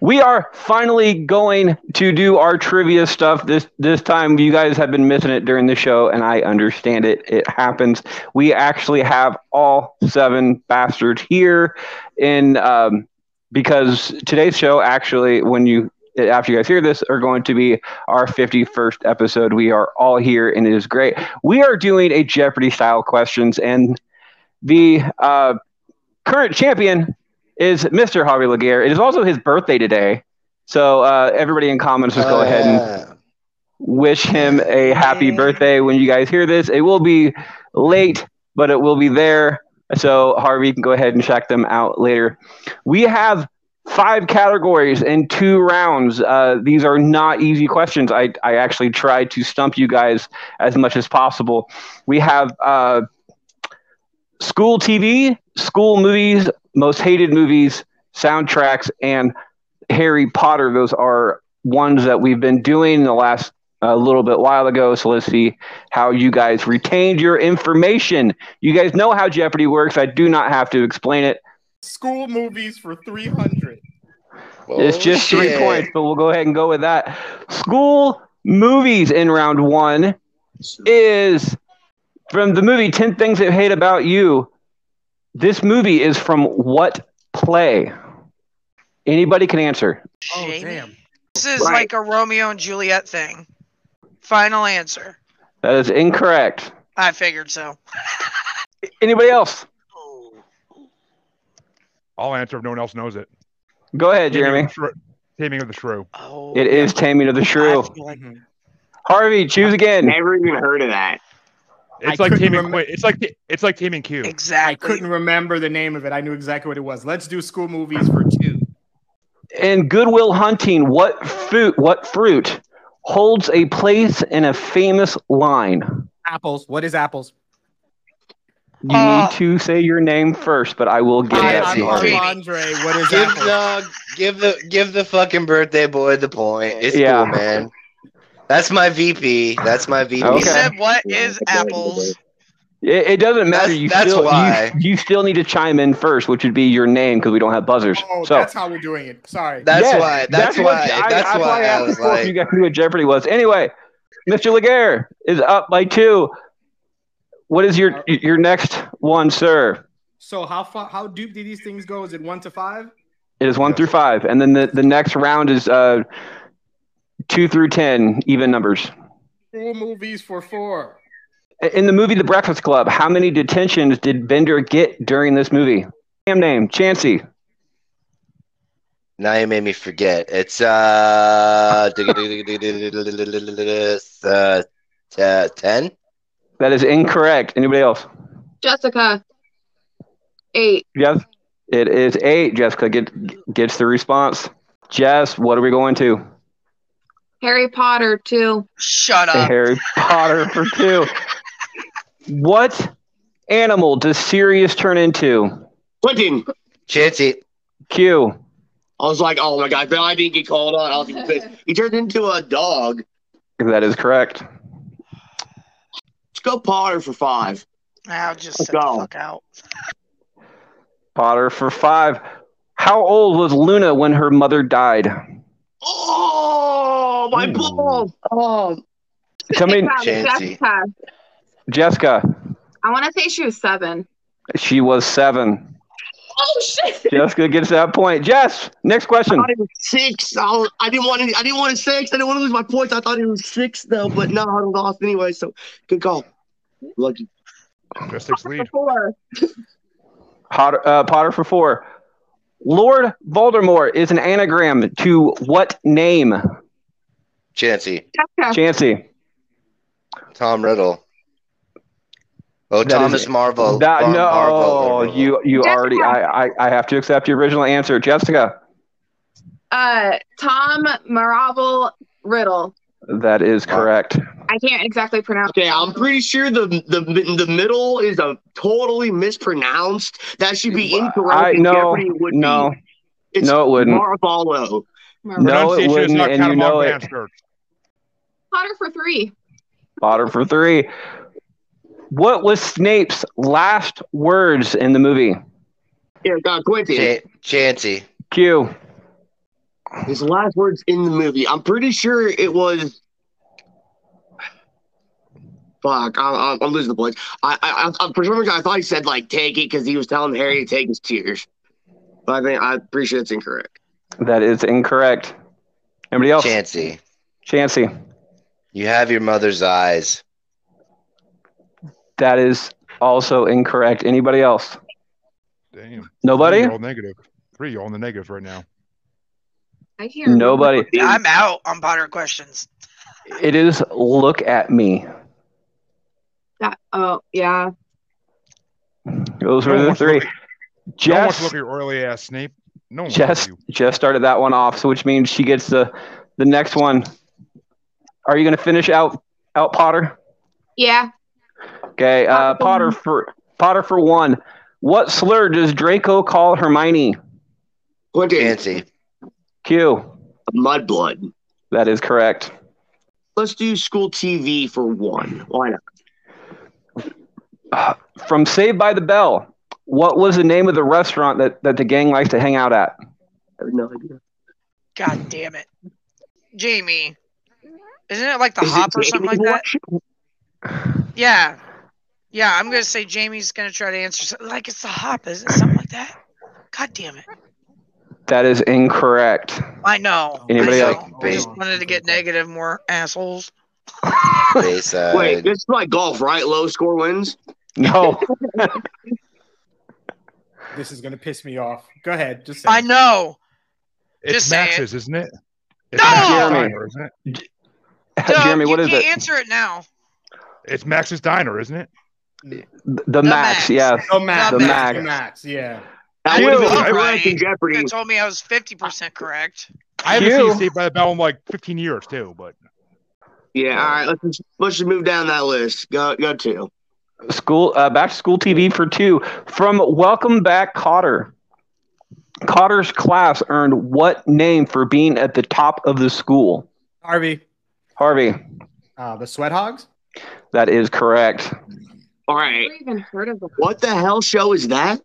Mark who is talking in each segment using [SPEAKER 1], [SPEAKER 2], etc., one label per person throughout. [SPEAKER 1] we are finally going to do our trivia stuff this this time. You guys have been missing it during the show, and I understand it. It happens. We actually have all seven bastards here, in um, because today's show actually, when you after you guys hear this, are going to be our 51st episode. We are all here, and it is great. We are doing a Jeopardy style questions, and the uh, current champion is Mr. Javi Laguerre. It is also his birthday today. So uh, everybody in comments, just go
[SPEAKER 2] Uh,
[SPEAKER 1] ahead and wish him a happy birthday when you guys hear this. It will be late, but it will be there. So Harvey you can go ahead and check them out later. We have five categories and two rounds. Uh, these are not easy questions. I, I actually tried to stump you guys as much as possible. We have uh, school TV, school movies, most hated movies, soundtracks, and Harry Potter. Those are ones that we've been doing in the last a little bit while ago. So let's see how you guys retained your information. You guys know how Jeopardy works. I do not have to explain it.
[SPEAKER 3] School movies for 300.
[SPEAKER 2] Oh,
[SPEAKER 1] it's just three
[SPEAKER 2] Bullshit.
[SPEAKER 1] points, but we'll go ahead and go with that. School movies in round one is from the movie 10 Things I Hate About You. This movie is from what play? Anybody can answer.
[SPEAKER 4] Oh,
[SPEAKER 5] Jamie.
[SPEAKER 4] damn.
[SPEAKER 5] This is
[SPEAKER 1] Right.
[SPEAKER 5] like a Romeo and Juliet thing. Final answer.
[SPEAKER 1] That is incorrect.
[SPEAKER 5] I figured so.
[SPEAKER 1] Anybody else?
[SPEAKER 4] I'll answer if no one else knows it.
[SPEAKER 1] Go ahead,
[SPEAKER 4] Taming
[SPEAKER 1] Jeremy.
[SPEAKER 4] of the Shrew- Taming of the Shrew.
[SPEAKER 5] Oh,
[SPEAKER 1] It is Taming of the Shrew.
[SPEAKER 5] I feel
[SPEAKER 3] Mm-hmm.
[SPEAKER 5] like-
[SPEAKER 1] Harvey, choose again.
[SPEAKER 6] Never even heard of that.
[SPEAKER 3] I
[SPEAKER 4] It's like
[SPEAKER 3] couldn't
[SPEAKER 4] taming.
[SPEAKER 3] remember-
[SPEAKER 4] wait, it's like it's like taming Q.
[SPEAKER 3] I
[SPEAKER 5] Exactly.
[SPEAKER 3] couldn't remember the name of it. I knew exactly what it was. Let's do school movies for two.
[SPEAKER 1] in Goodwill Hunting, what fruit what fruit holds a place in a famous line?
[SPEAKER 3] Apples. What is apples?
[SPEAKER 1] You
[SPEAKER 5] Uh,
[SPEAKER 1] need to say your name first, but I will give
[SPEAKER 3] Hi,
[SPEAKER 1] that
[SPEAKER 3] I'm
[SPEAKER 1] to you.
[SPEAKER 5] Harvey.
[SPEAKER 3] Andre. What is
[SPEAKER 2] Give
[SPEAKER 3] apples?
[SPEAKER 2] the give the give the fucking birthday boy the point. It's
[SPEAKER 1] Yeah.
[SPEAKER 2] cool, man. That's my VP. That's my VP.
[SPEAKER 5] He
[SPEAKER 1] Okay.
[SPEAKER 5] said, "What is apples?"
[SPEAKER 1] It, it doesn't matter.
[SPEAKER 2] That's-
[SPEAKER 1] you
[SPEAKER 2] that's
[SPEAKER 1] still
[SPEAKER 2] why.
[SPEAKER 1] You, you still need to chime in first, which would be your name because we don't have buzzers.
[SPEAKER 3] Oh,
[SPEAKER 1] so
[SPEAKER 3] that's how we're doing it. Sorry.
[SPEAKER 2] That's
[SPEAKER 1] yes,
[SPEAKER 2] why. That's,
[SPEAKER 1] what-
[SPEAKER 2] why. that's
[SPEAKER 1] I
[SPEAKER 2] why. I
[SPEAKER 1] asked
[SPEAKER 2] was
[SPEAKER 1] before if you
[SPEAKER 2] like,
[SPEAKER 1] guys knew what Jeopardy was. Anyway, Mr. Laguerre is up by two. What is your your next one, sir?
[SPEAKER 3] so how far, how deep do these things go? Is it one to five?
[SPEAKER 1] It is one
[SPEAKER 2] Yes.
[SPEAKER 1] through five, and then the, the next round is uh, two through ten, even numbers.
[SPEAKER 3] School movies for four.
[SPEAKER 1] In the movie The Breakfast Club, how many detentions did Bender get during this movie? Damn name, Chansey.
[SPEAKER 2] now you made me forget. It's uh, uh, uh, ten.
[SPEAKER 1] That is incorrect. Anybody else?
[SPEAKER 7] Jessica. Eight.
[SPEAKER 1] Yes, it is eight. Jessica get, gets the response. Jess, what are we going to?
[SPEAKER 7] Harry Potter. Two.
[SPEAKER 5] Shut
[SPEAKER 1] The
[SPEAKER 5] up.
[SPEAKER 1] Harry Potter for two. What animal does Sirius turn into?
[SPEAKER 6] Quentin.
[SPEAKER 2] Chansey.
[SPEAKER 1] Q.
[SPEAKER 6] I was like, oh my god, but I didn't get called on. I was pissed. He turned into a dog.
[SPEAKER 1] That is correct.
[SPEAKER 6] Let's go Potter for five.
[SPEAKER 5] I'll just
[SPEAKER 6] Let's
[SPEAKER 5] sit the
[SPEAKER 6] go.
[SPEAKER 5] fuck out.
[SPEAKER 1] Potter for five. How old was Luna when her mother died?
[SPEAKER 6] Oh my
[SPEAKER 2] Ooh.
[SPEAKER 6] balls! Oh,
[SPEAKER 1] Tell me,
[SPEAKER 2] Chancy.
[SPEAKER 7] Jessica.
[SPEAKER 1] Jessica,
[SPEAKER 7] I want to say she was seven.
[SPEAKER 1] she was seven.
[SPEAKER 7] Oh shit!
[SPEAKER 1] Jessica gets that point. Jess, next question.
[SPEAKER 6] I thought he was six. I, was- I didn't want. Any, I didn't want a six. I didn't want to lose my points. I thought he was six though, but no, I lost anyway. So good call. Lucky.
[SPEAKER 4] Just six lead.
[SPEAKER 7] Four.
[SPEAKER 1] Potter, uh, Potter for four. Lord Voldemort is an anagram to what name?
[SPEAKER 2] Chansey.
[SPEAKER 7] Jessica.
[SPEAKER 1] Chansey.
[SPEAKER 2] Tom Riddle. Oh,
[SPEAKER 1] That is-
[SPEAKER 2] Thomas Marvel.
[SPEAKER 1] That,
[SPEAKER 2] Mar-
[SPEAKER 1] no,
[SPEAKER 2] Marvel.
[SPEAKER 1] you you
[SPEAKER 7] Jessica.
[SPEAKER 1] already. I, I I have to accept your original answer, Jessica.
[SPEAKER 7] Uh, Tom Maravel Riddle.
[SPEAKER 1] That is correct.
[SPEAKER 7] I can't exactly pronounce.
[SPEAKER 6] Okay, I'm pretty sure the the the middle is a totally mispronounced. That should be incorrect.
[SPEAKER 1] I
[SPEAKER 6] and
[SPEAKER 1] no
[SPEAKER 6] Jeopardy would
[SPEAKER 1] no
[SPEAKER 6] be. It's
[SPEAKER 1] no it wouldn't.
[SPEAKER 6] Marvalo.
[SPEAKER 7] Maravel.
[SPEAKER 1] No, it
[SPEAKER 4] Pronunciation is
[SPEAKER 1] wouldn't,
[SPEAKER 4] not
[SPEAKER 1] and you know it.
[SPEAKER 4] Katamon
[SPEAKER 7] Potter for three.
[SPEAKER 1] Potter for three. What was Snape's last words in the movie?
[SPEAKER 6] uh, Yeah, God, Quentin.
[SPEAKER 2] Cha- Chansey.
[SPEAKER 1] Q.
[SPEAKER 6] His last words in the movie. I'm pretty sure it was. Fuck, I'm, I'm, I'm losing the points. I, I, I- I'm for some reason I thought he said like take it because he was telling Harry to take his tears, but I think I'm pretty sure it's incorrect.
[SPEAKER 1] That is incorrect. Anybody else?
[SPEAKER 2] Chansey,
[SPEAKER 1] Chancy.
[SPEAKER 2] you have your mother's eyes.
[SPEAKER 1] That is also incorrect. Anybody else?
[SPEAKER 4] Damn.
[SPEAKER 1] Nobody?
[SPEAKER 4] Three all negative. Three all in the negatives right now.
[SPEAKER 7] I can't. remember.
[SPEAKER 1] Nobody.
[SPEAKER 5] I'm out on Potter questions.
[SPEAKER 1] It is look at me.
[SPEAKER 7] That, oh yeah.
[SPEAKER 1] Those were
[SPEAKER 4] No one
[SPEAKER 1] the
[SPEAKER 4] wants to
[SPEAKER 1] three.
[SPEAKER 4] look at- No one wants to
[SPEAKER 1] Jess,
[SPEAKER 4] look at your oily ass, Snape. No one. wants to
[SPEAKER 1] Jess,
[SPEAKER 4] you.
[SPEAKER 1] Jess started that one off, so which means she gets the the next one. Are you going to finish out out Potter?
[SPEAKER 7] Yeah.
[SPEAKER 1] Okay,
[SPEAKER 5] um,
[SPEAKER 1] uh, Potter
[SPEAKER 7] Potter.
[SPEAKER 1] for Potter for one. What slur does Draco call Hermione?
[SPEAKER 6] Quentin,
[SPEAKER 2] Chansey,
[SPEAKER 1] Q.
[SPEAKER 6] mudblood.
[SPEAKER 1] That is correct.
[SPEAKER 6] Let's do school TV for one. Why not?
[SPEAKER 1] From Saved by the Bell. What was the name of the restaurant that, that the gang likes to hang out at?
[SPEAKER 6] I have no idea.
[SPEAKER 5] God damn it. Jamie. Isn't it like the
[SPEAKER 6] Is it
[SPEAKER 5] hop or something like
[SPEAKER 6] Jamie
[SPEAKER 5] that?
[SPEAKER 6] Watch?
[SPEAKER 5] Yeah. Yeah, I'm gonna say Jamie's gonna try to answer something like it's the hop, isn't it? Something like that. God damn it.
[SPEAKER 1] That is incorrect.
[SPEAKER 5] I know.
[SPEAKER 1] Anybody
[SPEAKER 5] I know.
[SPEAKER 2] else?
[SPEAKER 5] I just wanted to get negative more assholes.
[SPEAKER 2] Bayside.
[SPEAKER 6] Wait, this is like golf, right? Low score wins.
[SPEAKER 1] No.
[SPEAKER 3] This is gonna piss me off. Go ahead, just say.
[SPEAKER 5] I know.
[SPEAKER 4] It's
[SPEAKER 5] Just say it.
[SPEAKER 4] Max's, is isn't it?
[SPEAKER 5] No!
[SPEAKER 4] It's Max's
[SPEAKER 1] Jeremy.
[SPEAKER 4] Diner, isn't it?
[SPEAKER 5] Duh,
[SPEAKER 1] Jeremy,
[SPEAKER 5] you
[SPEAKER 1] what is
[SPEAKER 5] can't
[SPEAKER 1] it?
[SPEAKER 5] answer it now.
[SPEAKER 4] It's Max's Diner, isn't it?
[SPEAKER 1] The, max,
[SPEAKER 5] Max.
[SPEAKER 1] yeah.
[SPEAKER 3] No Max.
[SPEAKER 5] The
[SPEAKER 3] The
[SPEAKER 1] Max.
[SPEAKER 3] Max. yeah.
[SPEAKER 6] That
[SPEAKER 1] Dude,
[SPEAKER 6] would have been
[SPEAKER 5] all
[SPEAKER 6] correct in
[SPEAKER 5] right.
[SPEAKER 6] Jeopardy.
[SPEAKER 5] You told me I was fifty percent correct.
[SPEAKER 4] I haven't
[SPEAKER 1] You.
[SPEAKER 4] seen Saved by the Bell in like 15 years too, but
[SPEAKER 6] Yeah, all right. Let's just, let's just move down that list. Go go to.
[SPEAKER 1] School uh, back to school TV for two. From Welcome Back Cotter. Cotter's class earned what name for being at the top of the school?
[SPEAKER 3] Harvey.
[SPEAKER 1] Harvey.
[SPEAKER 3] Uh, the Sweat Hogs.
[SPEAKER 1] That is correct.
[SPEAKER 6] All
[SPEAKER 7] I've
[SPEAKER 6] right.
[SPEAKER 7] never even heard of the
[SPEAKER 6] What the hell show is that?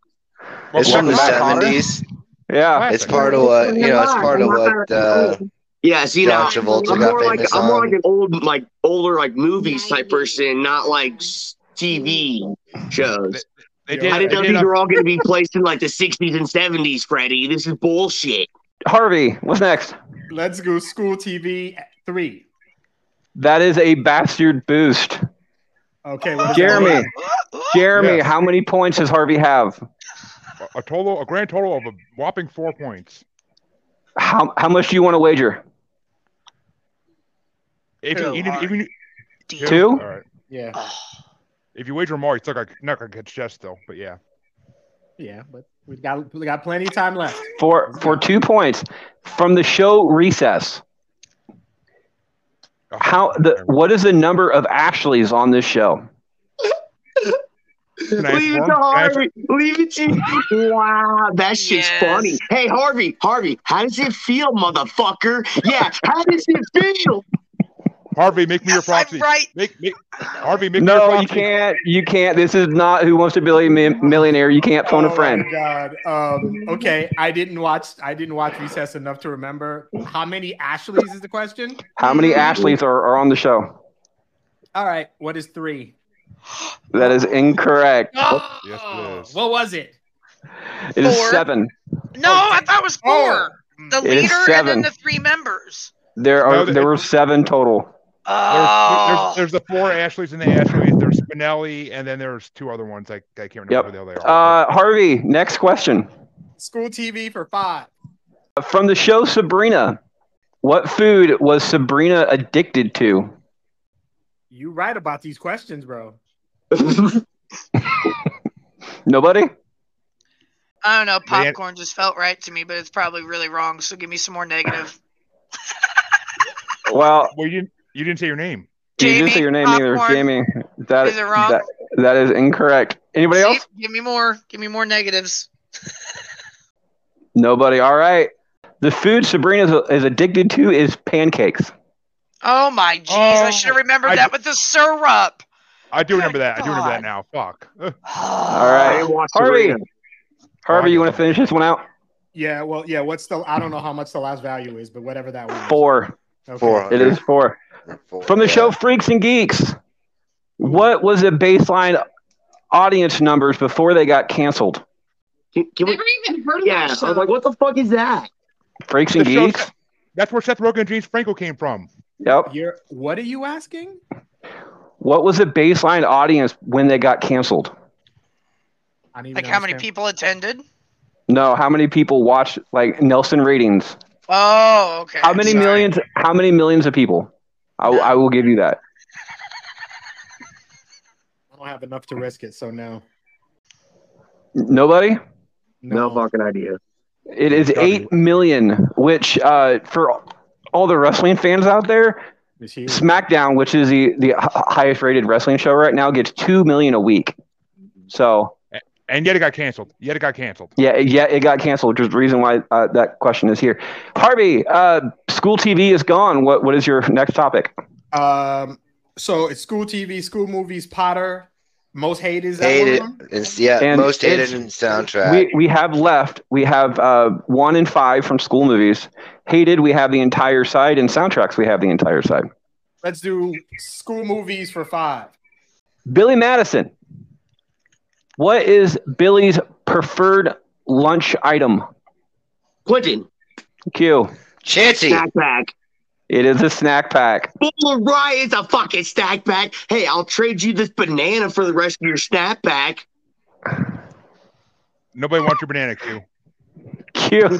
[SPEAKER 2] It's from
[SPEAKER 1] Welcome
[SPEAKER 2] the
[SPEAKER 1] back, Connor.
[SPEAKER 2] seventies.
[SPEAKER 1] Yeah.
[SPEAKER 4] Classic.
[SPEAKER 2] It's part of what you know. It's part of what uh,
[SPEAKER 6] Yeah, see now
[SPEAKER 2] John Travolta
[SPEAKER 6] I'm
[SPEAKER 2] got
[SPEAKER 6] more like
[SPEAKER 2] famous
[SPEAKER 6] I'm more like
[SPEAKER 2] on.
[SPEAKER 6] an old like older like movies type person, not like s- TV shows.
[SPEAKER 4] They
[SPEAKER 3] Yeah.
[SPEAKER 4] did,
[SPEAKER 6] I didn't
[SPEAKER 4] they
[SPEAKER 6] know
[SPEAKER 4] did
[SPEAKER 6] these
[SPEAKER 4] a-
[SPEAKER 6] were all going to be placed in like the 60s and 70s, Freddie. This is bullshit.
[SPEAKER 1] Harvey, what's next?
[SPEAKER 3] Let's go school TV at three.
[SPEAKER 1] That is a bastard boost.
[SPEAKER 3] Okay, what is
[SPEAKER 1] Jeremy. Jeremy,
[SPEAKER 4] Yes.
[SPEAKER 1] how many points does Harvey have?
[SPEAKER 4] a total, a grand total of a whopping four points.
[SPEAKER 1] How, how much do you want to wager?
[SPEAKER 4] If
[SPEAKER 5] Two.
[SPEAKER 4] you, even, even,
[SPEAKER 5] Two.
[SPEAKER 1] Two?
[SPEAKER 4] All right.
[SPEAKER 3] Yeah,
[SPEAKER 5] Uh,
[SPEAKER 4] If you wager more, it's like a, not gonna catch Jess though. But yeah,
[SPEAKER 3] yeah, but we got we got plenty of time left.
[SPEAKER 1] For for two points from the show Recess.
[SPEAKER 4] Oh,
[SPEAKER 1] How the what is the number of Ashleys on this show?
[SPEAKER 4] Can I ask
[SPEAKER 6] Leave it
[SPEAKER 4] one?
[SPEAKER 6] to
[SPEAKER 4] Can I ask-
[SPEAKER 6] Harvey. Leave it to Wow, that shit's
[SPEAKER 5] Yes.
[SPEAKER 6] funny. Hey, Harvey, Harvey, how does it feel, motherfucker? Yeah, how does it feel?
[SPEAKER 4] Harvey, make me your proxy.
[SPEAKER 5] I'm right.
[SPEAKER 4] Make, make, Harvey, make me your
[SPEAKER 1] No,
[SPEAKER 4] proxy.
[SPEAKER 1] you can't. You can't. This is not Who Wants to Be a Mi- Millionaire. You can't phone a
[SPEAKER 3] Oh
[SPEAKER 1] friend.
[SPEAKER 3] my God. Um, okay, I didn't watch I didn't watch Recess enough to remember how many Ashleys is the question.
[SPEAKER 1] How many Ashleys are, are on the show?
[SPEAKER 3] All right, what is three?
[SPEAKER 1] That is incorrect.
[SPEAKER 4] Oh. Yes, it is.
[SPEAKER 3] What was it?
[SPEAKER 1] It is
[SPEAKER 5] Four.
[SPEAKER 1] seven.
[SPEAKER 5] No, I thought it was four. The
[SPEAKER 1] It is
[SPEAKER 5] leader and
[SPEAKER 1] seven.
[SPEAKER 5] then the three members.
[SPEAKER 1] There
[SPEAKER 4] No,
[SPEAKER 1] are
[SPEAKER 4] the-
[SPEAKER 1] there were seven total.
[SPEAKER 5] Oh,
[SPEAKER 4] There's,
[SPEAKER 5] Uh,
[SPEAKER 4] there's, there's the four Ashleys in the Ashleys. There's Spinelli, and then there's two other ones. I, I can't remember
[SPEAKER 1] Yep.
[SPEAKER 4] who the hell they are.
[SPEAKER 1] Uh, Harvey, next question.
[SPEAKER 3] School TV for five.
[SPEAKER 1] From the show Sabrina, what food was Sabrina addicted to?
[SPEAKER 3] You right about these questions, bro.
[SPEAKER 1] Nobody?
[SPEAKER 5] I don't know.
[SPEAKER 4] Man.
[SPEAKER 5] Popcorn just felt right to me, but it's probably really wrong. So give me some more negative.
[SPEAKER 1] Well,
[SPEAKER 4] well, you didn't, you didn't say your name.
[SPEAKER 1] you didn't
[SPEAKER 5] Jamie,
[SPEAKER 1] say your name either,
[SPEAKER 5] popcorn.
[SPEAKER 1] Jamie. That,
[SPEAKER 5] Is it wrong?
[SPEAKER 1] that that is incorrect. Anybody
[SPEAKER 5] See?
[SPEAKER 1] else?
[SPEAKER 5] Give me more. Give me more negatives.
[SPEAKER 1] Nobody. All right. The food Sabrina is, is addicted to is pancakes.
[SPEAKER 5] Oh my jeez! I
[SPEAKER 4] Oh,
[SPEAKER 5] should have remembered
[SPEAKER 4] I-
[SPEAKER 5] that with the syrup.
[SPEAKER 4] I do
[SPEAKER 5] Good
[SPEAKER 4] remember that. I do remember
[SPEAKER 5] God.
[SPEAKER 4] that now. Fuck.
[SPEAKER 1] All
[SPEAKER 6] I
[SPEAKER 1] right.
[SPEAKER 6] watched
[SPEAKER 1] Harvey,
[SPEAKER 6] Ah, Sabrina.
[SPEAKER 1] Harvey, you want to finish this one out?
[SPEAKER 3] Yeah, well, yeah. What's the? I don't know how much the last value is, but whatever that was.
[SPEAKER 1] Four.
[SPEAKER 3] Okay.
[SPEAKER 2] Four.
[SPEAKER 1] It is four.
[SPEAKER 2] Four,
[SPEAKER 1] From the
[SPEAKER 2] yeah.
[SPEAKER 1] show Freaks and Geeks, what was the baseline audience numbers before they got canceled?
[SPEAKER 6] Can, can we,
[SPEAKER 7] Never even heard of
[SPEAKER 6] yeah,
[SPEAKER 7] that
[SPEAKER 6] I
[SPEAKER 7] show.
[SPEAKER 6] was like, what the fuck is that?
[SPEAKER 1] Freaks and
[SPEAKER 4] The show-
[SPEAKER 1] Geeks?
[SPEAKER 4] That's where Seth Rogen and James Franco came from.
[SPEAKER 1] Yep.
[SPEAKER 3] You're. What are you asking?
[SPEAKER 1] What was the baseline audience when they got canceled?
[SPEAKER 3] I don't even
[SPEAKER 5] Like how many
[SPEAKER 3] understand.
[SPEAKER 5] people attended?
[SPEAKER 1] No, how many people watched like Nelson ratings?
[SPEAKER 5] Oh, okay.
[SPEAKER 1] How many
[SPEAKER 5] Sorry.
[SPEAKER 1] millions? How many millions of people? I, I will give you that.
[SPEAKER 3] I don't have enough to risk it, so no.
[SPEAKER 1] Nobody.
[SPEAKER 6] No, fucking idea.
[SPEAKER 1] It is
[SPEAKER 4] Gotta be.
[SPEAKER 1] eight million, which uh, for all the wrestling fans out there,
[SPEAKER 3] It's huge.
[SPEAKER 1] SmackDown, which is the the h- highest rated wrestling show right now, gets two million a week. So
[SPEAKER 4] And yet it got canceled. Yet it got canceled.
[SPEAKER 1] yeah, it- yeah, it got canceled, which is the reason why uh, that question is here. Harvey, uh, school TV is gone. What what is your next topic?
[SPEAKER 3] Um, so it's school TV, school movies, Potter, most hated. Is that
[SPEAKER 2] Hate
[SPEAKER 3] one
[SPEAKER 2] it.
[SPEAKER 3] of them?
[SPEAKER 2] It's, yeah,
[SPEAKER 1] And
[SPEAKER 2] most hated
[SPEAKER 1] it's-
[SPEAKER 2] in soundtrack.
[SPEAKER 1] We we have left. We have uh, one and five from school movies. Hated. We have the entire side, and soundtracks. We have the entire side.
[SPEAKER 3] Let's do school movies for five.
[SPEAKER 1] Billy Madison. What is Billy's preferred lunch item?
[SPEAKER 6] Quentin,
[SPEAKER 1] Q.
[SPEAKER 2] Chansey.
[SPEAKER 6] snack pack.
[SPEAKER 1] It is a snack pack.
[SPEAKER 6] Bull Rye is a fucking snack pack. Hey, I'll trade you this banana for the rest of your snack pack.
[SPEAKER 4] Nobody wants your banana Q.
[SPEAKER 1] Q.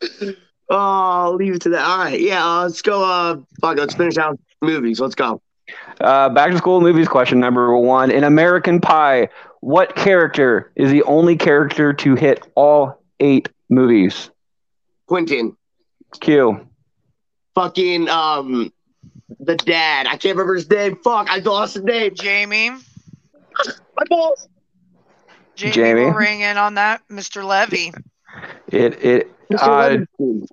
[SPEAKER 6] oh, I'll leave it to that. All right, yeah, uh, let's go. Uh, fuck, let's finish out movies. Let's go.
[SPEAKER 1] Uh, back to school movies question number one. In American Pie, what character is the only character to hit all eight movies?
[SPEAKER 6] Quentin,
[SPEAKER 1] Q.
[SPEAKER 6] fucking um, the dad. I can't remember his name. Fuck, I lost his name.
[SPEAKER 5] Jamie.
[SPEAKER 6] My balls.
[SPEAKER 5] Jamie,
[SPEAKER 1] Jamie.
[SPEAKER 5] will ring in on that, Mr. Levy.
[SPEAKER 1] It it
[SPEAKER 6] Mr.
[SPEAKER 1] uh,
[SPEAKER 6] Levinstein.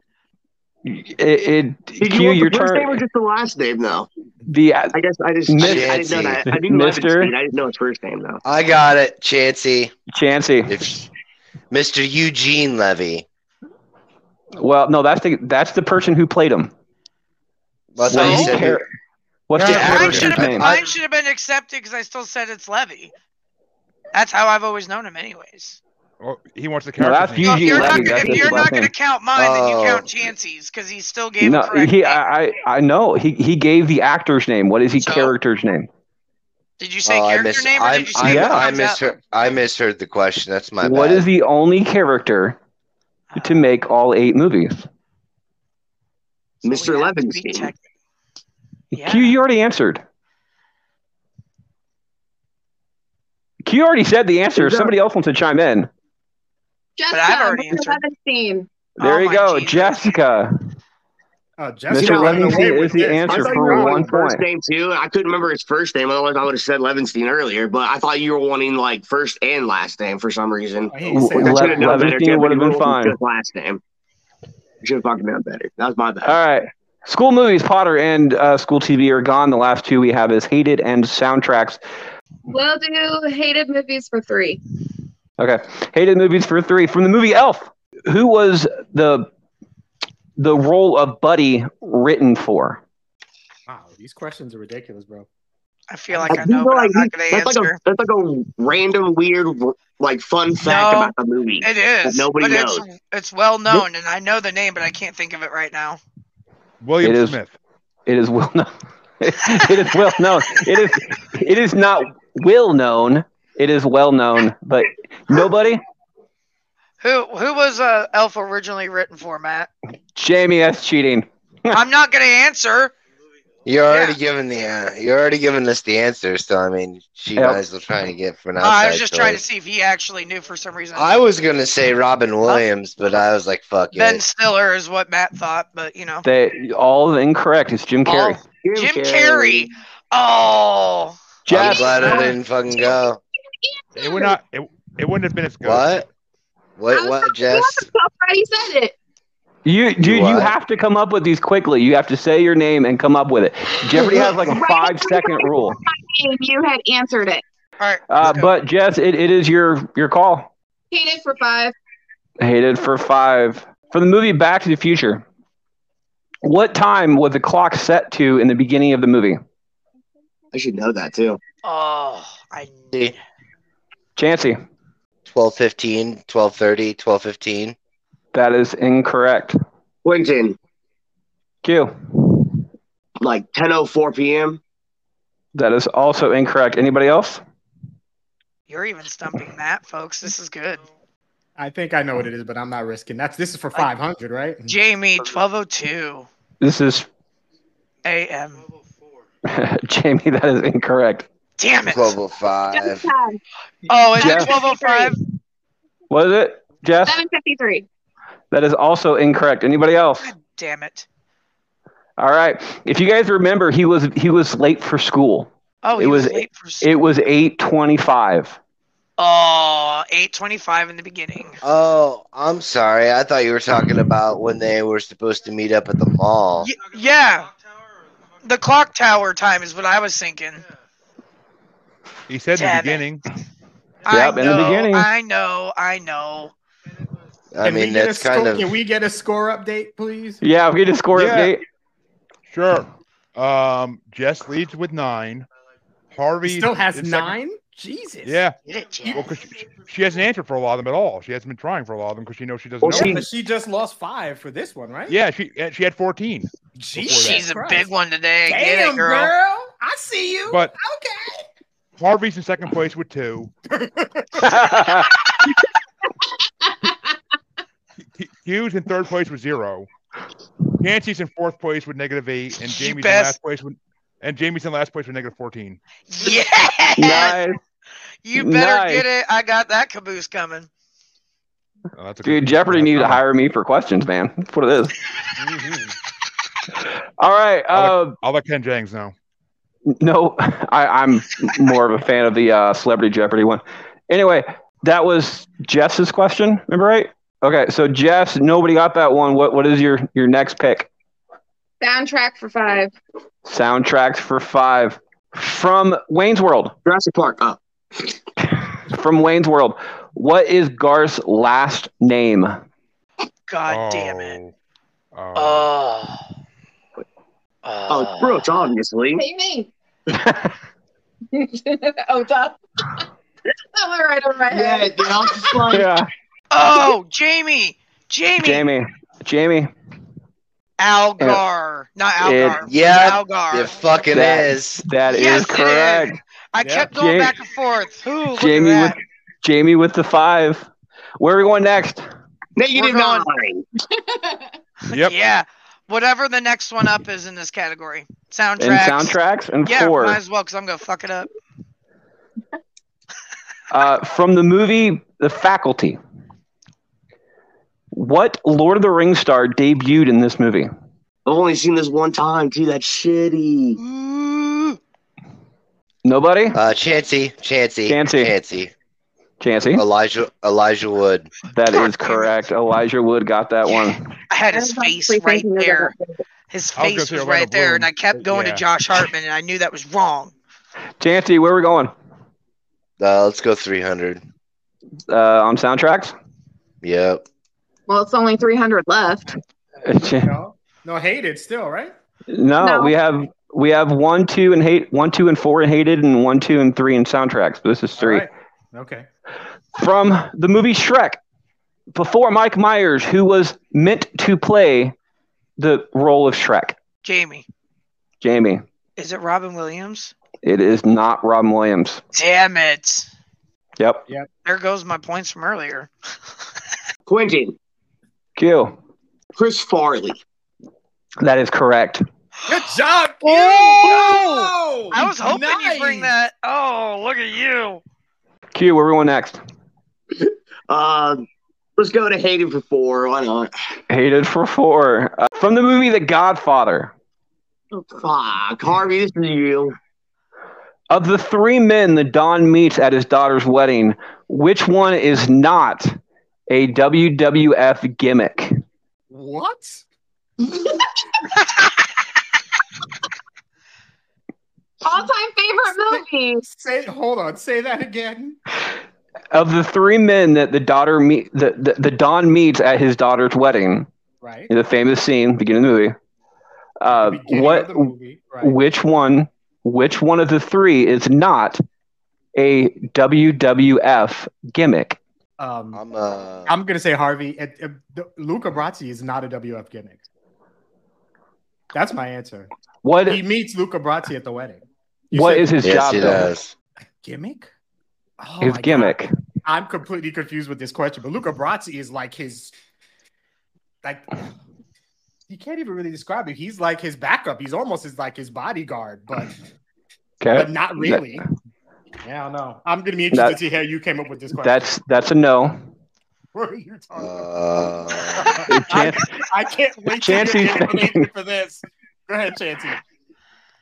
[SPEAKER 1] it, it
[SPEAKER 6] Did
[SPEAKER 1] Q.
[SPEAKER 6] you want
[SPEAKER 1] Your
[SPEAKER 6] the first name or
[SPEAKER 1] turn.
[SPEAKER 6] just the last name, though?
[SPEAKER 1] The uh,
[SPEAKER 6] I guess I just
[SPEAKER 1] Miss-
[SPEAKER 6] I, didn't- I didn't know that. I knew
[SPEAKER 1] Mister-
[SPEAKER 6] Levinstein. I didn't know his first name though.
[SPEAKER 2] I got it, Chansey.
[SPEAKER 1] Chansey.
[SPEAKER 2] If Mr. Eugene Levy.
[SPEAKER 1] Well, no, that's the that's the person who played him.
[SPEAKER 2] That's
[SPEAKER 5] Well,
[SPEAKER 2] how you
[SPEAKER 5] he
[SPEAKER 1] What's the,
[SPEAKER 2] said
[SPEAKER 1] char-
[SPEAKER 2] it.
[SPEAKER 1] what's the
[SPEAKER 4] Yeah, I
[SPEAKER 5] Mine
[SPEAKER 1] character's
[SPEAKER 5] should have been,
[SPEAKER 1] name?
[SPEAKER 5] mine should have been accepted because I still said it's Levy. That's how I've always known him, anyways.
[SPEAKER 4] Well, Oh, he wants the
[SPEAKER 1] No,
[SPEAKER 4] character.
[SPEAKER 1] that's
[SPEAKER 5] Well, if
[SPEAKER 1] Eugene
[SPEAKER 5] you're
[SPEAKER 1] Levy,
[SPEAKER 5] not,
[SPEAKER 1] that's
[SPEAKER 5] gonna- if
[SPEAKER 1] his
[SPEAKER 5] you're
[SPEAKER 1] last
[SPEAKER 5] not going to
[SPEAKER 1] name.
[SPEAKER 5] count mine, then
[SPEAKER 2] Oh.
[SPEAKER 5] you count Chansey's because he still gave a correct
[SPEAKER 1] he,
[SPEAKER 5] name.
[SPEAKER 1] I, I, I know he, he gave the actor's name. What is his
[SPEAKER 5] So?
[SPEAKER 1] character's name?
[SPEAKER 5] Did you say
[SPEAKER 2] Oh, I
[SPEAKER 5] character
[SPEAKER 2] miss.
[SPEAKER 5] name or
[SPEAKER 2] I,
[SPEAKER 5] did you
[SPEAKER 2] I,
[SPEAKER 5] say what
[SPEAKER 2] I
[SPEAKER 5] comes up?
[SPEAKER 2] misheard. I misheard the question. That's my
[SPEAKER 1] What
[SPEAKER 2] bad.
[SPEAKER 1] is the only character to make all eight movies?
[SPEAKER 5] So we
[SPEAKER 6] Mr.
[SPEAKER 5] have to be
[SPEAKER 6] Levinstein.
[SPEAKER 5] tech- Yeah.
[SPEAKER 1] Q, you already answered. Q already said the answer. If
[SPEAKER 6] Yeah.
[SPEAKER 1] Somebody else wants to chime in.
[SPEAKER 7] Jessica,
[SPEAKER 5] But I've already
[SPEAKER 7] Mr.
[SPEAKER 5] answered.
[SPEAKER 7] Levinstein.
[SPEAKER 1] There
[SPEAKER 5] Oh
[SPEAKER 1] you
[SPEAKER 5] my
[SPEAKER 1] go,
[SPEAKER 5] Jesus.
[SPEAKER 1] Jessica.
[SPEAKER 3] Oh, Jessica
[SPEAKER 1] Mr.
[SPEAKER 3] running away
[SPEAKER 1] Levinstein
[SPEAKER 3] with
[SPEAKER 1] is the
[SPEAKER 3] this.
[SPEAKER 1] answer
[SPEAKER 6] I thought you
[SPEAKER 1] for
[SPEAKER 6] were
[SPEAKER 1] one
[SPEAKER 6] wanting first
[SPEAKER 1] point.
[SPEAKER 6] name too. I couldn't remember his first name, otherwise I would have said Levinstein earlier. But I thought you were wanting like first and last name for some reason.
[SPEAKER 3] I hate to say
[SPEAKER 1] Le-
[SPEAKER 6] I
[SPEAKER 3] that.
[SPEAKER 6] should have known better.
[SPEAKER 1] Levinstein
[SPEAKER 6] too, but
[SPEAKER 1] would have
[SPEAKER 6] you
[SPEAKER 1] been
[SPEAKER 6] were wanting
[SPEAKER 1] fine.
[SPEAKER 6] just last name. Should have fucking known better. That was my bad.
[SPEAKER 1] All right. School movies, Potter and uh, school TV are gone. The last two we have is Hated and Soundtracks.
[SPEAKER 7] We'll do hated movies for three.
[SPEAKER 1] Okay. Hated movies for three from the movie Elf. Who was the the role of Buddy written for?
[SPEAKER 3] Wow, these questions are ridiculous, bro.
[SPEAKER 5] I feel like I,
[SPEAKER 6] do
[SPEAKER 5] know, but I'm not going to
[SPEAKER 6] that's
[SPEAKER 5] answer.
[SPEAKER 6] like a that's like a random weird like fun fact
[SPEAKER 5] No. Uh,
[SPEAKER 6] about the movie.
[SPEAKER 5] It is.
[SPEAKER 6] that nobody
[SPEAKER 5] but
[SPEAKER 6] knows.
[SPEAKER 5] It's, it's well known, and I know the name, but I can't think of it right now.
[SPEAKER 4] William
[SPEAKER 1] It is.
[SPEAKER 4] Smith.
[SPEAKER 1] It is well known. it is well known. It is it is not well known. It is well known, but nobody.
[SPEAKER 5] Who who was uh, Elf originally written for, Matt?
[SPEAKER 1] Jamie S. cheating.
[SPEAKER 5] I'm not going to answer.
[SPEAKER 2] You're already
[SPEAKER 5] Yeah.
[SPEAKER 2] giving the. Uh, you're already giving us the answer. So I mean, she
[SPEAKER 1] Yep.
[SPEAKER 2] might as well trying to get from an
[SPEAKER 5] Uh,
[SPEAKER 2] outside.
[SPEAKER 5] I was just trying to
[SPEAKER 2] choice.
[SPEAKER 5] see if he actually knew for some reason.
[SPEAKER 2] I was gonna say Robin Williams, but I was like, fuck
[SPEAKER 5] ben
[SPEAKER 2] it.
[SPEAKER 5] Stiller is what Matt thought, but you know.
[SPEAKER 1] They all incorrect. It's Jim Carrey.
[SPEAKER 5] Oh, Jim Carrey. Oh,
[SPEAKER 2] I'm
[SPEAKER 1] Jeff,
[SPEAKER 2] glad I didn't fucking go.
[SPEAKER 4] It would not. It, it wouldn't have been as good.
[SPEAKER 2] What? What?
[SPEAKER 7] I was
[SPEAKER 2] What,
[SPEAKER 7] talking
[SPEAKER 2] Jess?
[SPEAKER 7] about it. You said it.
[SPEAKER 1] you
[SPEAKER 2] Do
[SPEAKER 1] you, you
[SPEAKER 2] what?
[SPEAKER 1] have to come up with these quickly. You have to say your name and come up with it. Jeopardy has like a
[SPEAKER 7] Right.
[SPEAKER 1] five second rule.
[SPEAKER 7] And you had answered it.
[SPEAKER 5] all right.
[SPEAKER 1] Uh,
[SPEAKER 5] let's go.
[SPEAKER 1] but Jess, it, it is your your call.
[SPEAKER 7] Hated for five.
[SPEAKER 1] Hated for five. For the movie Back to the Future, what time was the clock set to in the beginning of the movie?
[SPEAKER 6] I should know that too.
[SPEAKER 5] Oh, I knew.
[SPEAKER 2] See,
[SPEAKER 1] Chancy,
[SPEAKER 2] 12:15, 12:30, 12:15.
[SPEAKER 1] that is incorrect.
[SPEAKER 6] Quentin,
[SPEAKER 1] Q,
[SPEAKER 6] like 10:04 p.m.
[SPEAKER 1] that is also incorrect. Anybody else?
[SPEAKER 5] You're even stumping Matt, folks. This is good.
[SPEAKER 3] I think I know what it is, but I'm not risking. That's this is for 500, right?
[SPEAKER 5] Jamie, 1202
[SPEAKER 1] This is
[SPEAKER 5] a.m.
[SPEAKER 1] Jamie. That is incorrect.
[SPEAKER 5] Damn it. Oh,
[SPEAKER 2] 12:05.
[SPEAKER 5] is
[SPEAKER 1] Yeah.
[SPEAKER 5] it 1205?
[SPEAKER 1] What is it, Jess?
[SPEAKER 7] Seven fifty three.
[SPEAKER 1] That is also incorrect. Anybody else?
[SPEAKER 5] God damn it.
[SPEAKER 1] All right. If you guys remember, he was he was late for school.
[SPEAKER 5] Oh,
[SPEAKER 1] It
[SPEAKER 5] he was,
[SPEAKER 1] was-
[SPEAKER 5] late for school.
[SPEAKER 1] It was eight twenty-five.
[SPEAKER 5] oh, 825 in the beginning.
[SPEAKER 2] Oh, I'm sorry. I thought you were talking about when they were supposed to meet up at the mall.
[SPEAKER 5] Y- yeah. The clock tower time is what I was thinking.
[SPEAKER 4] He said in
[SPEAKER 5] Damn
[SPEAKER 4] the
[SPEAKER 5] it.
[SPEAKER 4] beginning.
[SPEAKER 5] I
[SPEAKER 1] Yep,
[SPEAKER 5] know,
[SPEAKER 1] in the beginning.
[SPEAKER 5] I know, I know.
[SPEAKER 2] I mean,
[SPEAKER 3] get a
[SPEAKER 2] that's
[SPEAKER 3] score,
[SPEAKER 2] kind of
[SPEAKER 3] Can we get a score update, please?
[SPEAKER 1] Yeah, we just score
[SPEAKER 4] Yeah.
[SPEAKER 1] update.
[SPEAKER 4] Sure. Um, Jess leads with nine. Harvey
[SPEAKER 3] He still has
[SPEAKER 4] is second-
[SPEAKER 3] nine. Jesus.
[SPEAKER 4] Yeah.
[SPEAKER 5] Get it, Jen.
[SPEAKER 4] Well, 'cause she, she hasn't answered for a lot of them at all. She hasn't been trying for a lot of them because she knows she doesn't
[SPEAKER 1] Well,
[SPEAKER 4] know.
[SPEAKER 1] Oh, she-
[SPEAKER 3] Yeah,
[SPEAKER 4] She,
[SPEAKER 3] but she just lost five for this one, right?
[SPEAKER 4] yeah, she and she had 14.
[SPEAKER 3] Jesus
[SPEAKER 5] She's a
[SPEAKER 3] Christ.
[SPEAKER 5] big one today. Get
[SPEAKER 3] Damn,
[SPEAKER 5] it, girl.
[SPEAKER 3] I see you.
[SPEAKER 4] But
[SPEAKER 3] okay.
[SPEAKER 4] Harvey's in second place with two. Hughes in third place with zero. Nancy's in fourth place with negative eight, and
[SPEAKER 5] You
[SPEAKER 4] Jamie's in
[SPEAKER 5] best-
[SPEAKER 4] last place with and Jamie's in last place with negative 14.
[SPEAKER 5] Yes.
[SPEAKER 1] nice.
[SPEAKER 5] You better
[SPEAKER 1] Nice.
[SPEAKER 5] get it. I got that caboose coming.
[SPEAKER 4] Oh, that's a good-
[SPEAKER 1] Dude, Jeopardy needs to
[SPEAKER 4] I'll-
[SPEAKER 1] hire me for questions, man. That's what it is. Mm-hmm. All right. Uh,
[SPEAKER 4] I'll let Ken Jangs know.
[SPEAKER 1] no, I, I'm more of a fan of the uh, Celebrity Jeopardy one. Anyway, that was Jess's question. Remember right? Okay, so Jess, nobody got that one. What What is your your next pick?
[SPEAKER 7] Soundtrack for five.
[SPEAKER 1] Soundtracks for five from Wayne's World.
[SPEAKER 6] Jurassic Park. Oh,
[SPEAKER 1] From Wayne's World. What is Garth's last name?
[SPEAKER 5] God Uh, damn it.
[SPEAKER 4] Oh.
[SPEAKER 5] Oh.
[SPEAKER 6] oh,
[SPEAKER 5] Oh.
[SPEAKER 6] it's Brooks, obviously.
[SPEAKER 7] Hey me. oh, duh. oh, all right, all right.
[SPEAKER 6] Yeah, they all just like
[SPEAKER 1] Yeah,
[SPEAKER 5] Oh, Jamie. Jamie.
[SPEAKER 1] Jamie. Jamie.
[SPEAKER 5] Algar. Not
[SPEAKER 1] It-
[SPEAKER 5] Algar.
[SPEAKER 2] Yeah,
[SPEAKER 5] Algar.
[SPEAKER 2] it fucking
[SPEAKER 1] That-
[SPEAKER 2] is.
[SPEAKER 1] That is
[SPEAKER 5] Yes, it is.
[SPEAKER 1] correct.
[SPEAKER 5] I
[SPEAKER 3] Yeah.
[SPEAKER 5] kept going
[SPEAKER 1] Ja-
[SPEAKER 5] back and forth. Ooh, look
[SPEAKER 1] Jamie
[SPEAKER 5] at that.
[SPEAKER 1] with Jamie with the five. Where are we going next?
[SPEAKER 6] negative
[SPEAKER 5] We're going-
[SPEAKER 6] nine.
[SPEAKER 4] Yep.
[SPEAKER 5] Yeah. Whatever the next one up is in this category. Soundtracks.
[SPEAKER 1] In soundtracks and
[SPEAKER 5] Yeah,
[SPEAKER 1] four.
[SPEAKER 5] might as well because I'm going to fuck it up.
[SPEAKER 1] Uh, from the movie The Faculty. What Lord of the Rings star debuted in this movie?
[SPEAKER 6] I've only seen this one time. Gee, that's shitty.
[SPEAKER 5] Ooh.
[SPEAKER 1] Nobody?
[SPEAKER 2] Uh, Chansey, Chansey,
[SPEAKER 1] Chansey. Hmm?
[SPEAKER 2] Chansey,
[SPEAKER 1] Chancey.
[SPEAKER 2] Elijah, Elijah Wood.
[SPEAKER 1] That
[SPEAKER 5] God
[SPEAKER 1] is
[SPEAKER 5] damn it.
[SPEAKER 1] correct. Elijah Wood got that one.
[SPEAKER 5] I had his face right there. His
[SPEAKER 4] I was gonna
[SPEAKER 5] face
[SPEAKER 4] say
[SPEAKER 5] was
[SPEAKER 4] Orlando
[SPEAKER 5] right there,
[SPEAKER 4] Bloom.
[SPEAKER 5] and I kept going
[SPEAKER 4] Yeah.
[SPEAKER 5] to Josh Hartman, and I knew that was wrong.
[SPEAKER 1] Chancey, where are we going?
[SPEAKER 2] Uh, let's go 300.
[SPEAKER 1] Uh, on soundtracks?
[SPEAKER 2] Yep.
[SPEAKER 7] Well, it's only 300 left.
[SPEAKER 1] Ch-
[SPEAKER 3] No, no, hated still, right?
[SPEAKER 1] No,
[SPEAKER 7] No.
[SPEAKER 1] we have we have one, two, and hate one, two, and four and hated, and one, two, and three in soundtracks. This is three.
[SPEAKER 3] All right. Okay.
[SPEAKER 1] from the movie Shrek. Before Mike Myers, who was meant to play the role of Shrek,
[SPEAKER 5] Jamie,
[SPEAKER 1] Jamie.
[SPEAKER 5] is it Robin Williams?
[SPEAKER 1] It is not Robin Williams.
[SPEAKER 5] Damn it.
[SPEAKER 1] Yep.
[SPEAKER 5] There goes my points from earlier.
[SPEAKER 6] Quentin,
[SPEAKER 1] Q.
[SPEAKER 6] Chris Farley.
[SPEAKER 1] That is correct.
[SPEAKER 3] Good job. Q.
[SPEAKER 5] Oh! I was hoping
[SPEAKER 3] Nice.
[SPEAKER 5] you'd bring that. Oh, look at you.
[SPEAKER 1] Q. Where we going next?
[SPEAKER 6] Uh, let's go to Hayden for four. Why not?
[SPEAKER 1] Hated for four. Uh, from the movie The Godfather. Oh,
[SPEAKER 6] Fuck, Harvey, this is you.
[SPEAKER 1] Of the three men that Don meets at his daughter's wedding, which one is not a WWF gimmick?
[SPEAKER 3] What?
[SPEAKER 7] All time favorite movie.
[SPEAKER 3] Say, hold on. Say that again.
[SPEAKER 1] of the three men that the daughter meet, the, the, the Don meets at his daughter's wedding,
[SPEAKER 3] right?
[SPEAKER 1] the famous scene beginning of the movie. Uh,
[SPEAKER 3] Beginning of
[SPEAKER 1] what?
[SPEAKER 3] the movie, right.
[SPEAKER 1] Which one? Which one of the three is not a WWF gimmick?
[SPEAKER 3] Um,
[SPEAKER 2] I'm uh,
[SPEAKER 3] I'm gonna say Harvey. It, it, the- Luca Brasi is not a WF gimmick. That's my answer.
[SPEAKER 1] What?
[SPEAKER 3] He meets Luca Brasi at the wedding. You
[SPEAKER 1] What
[SPEAKER 3] said
[SPEAKER 1] is his
[SPEAKER 2] yes,
[SPEAKER 1] job?
[SPEAKER 2] he
[SPEAKER 1] Though?
[SPEAKER 2] does.
[SPEAKER 3] gimmick? Oh
[SPEAKER 1] His
[SPEAKER 3] my
[SPEAKER 1] gimmick.
[SPEAKER 3] God. I'm completely confused with this question, but Luca Brasi is like his, like, you can't even really describe it. He's like his backup. He's almost his like his bodyguard, but but
[SPEAKER 1] Okay.
[SPEAKER 3] not really. Yeah, I don't know. I'm gonna be interested
[SPEAKER 1] That-
[SPEAKER 3] to see how you came up with this question.
[SPEAKER 1] That's that's a no.
[SPEAKER 3] what are you talking about?
[SPEAKER 2] Uh,
[SPEAKER 1] Chan-
[SPEAKER 3] I can't wait to
[SPEAKER 1] Chancey's
[SPEAKER 3] hear the explanation
[SPEAKER 1] thinking.
[SPEAKER 3] for this. Go ahead, Chancey.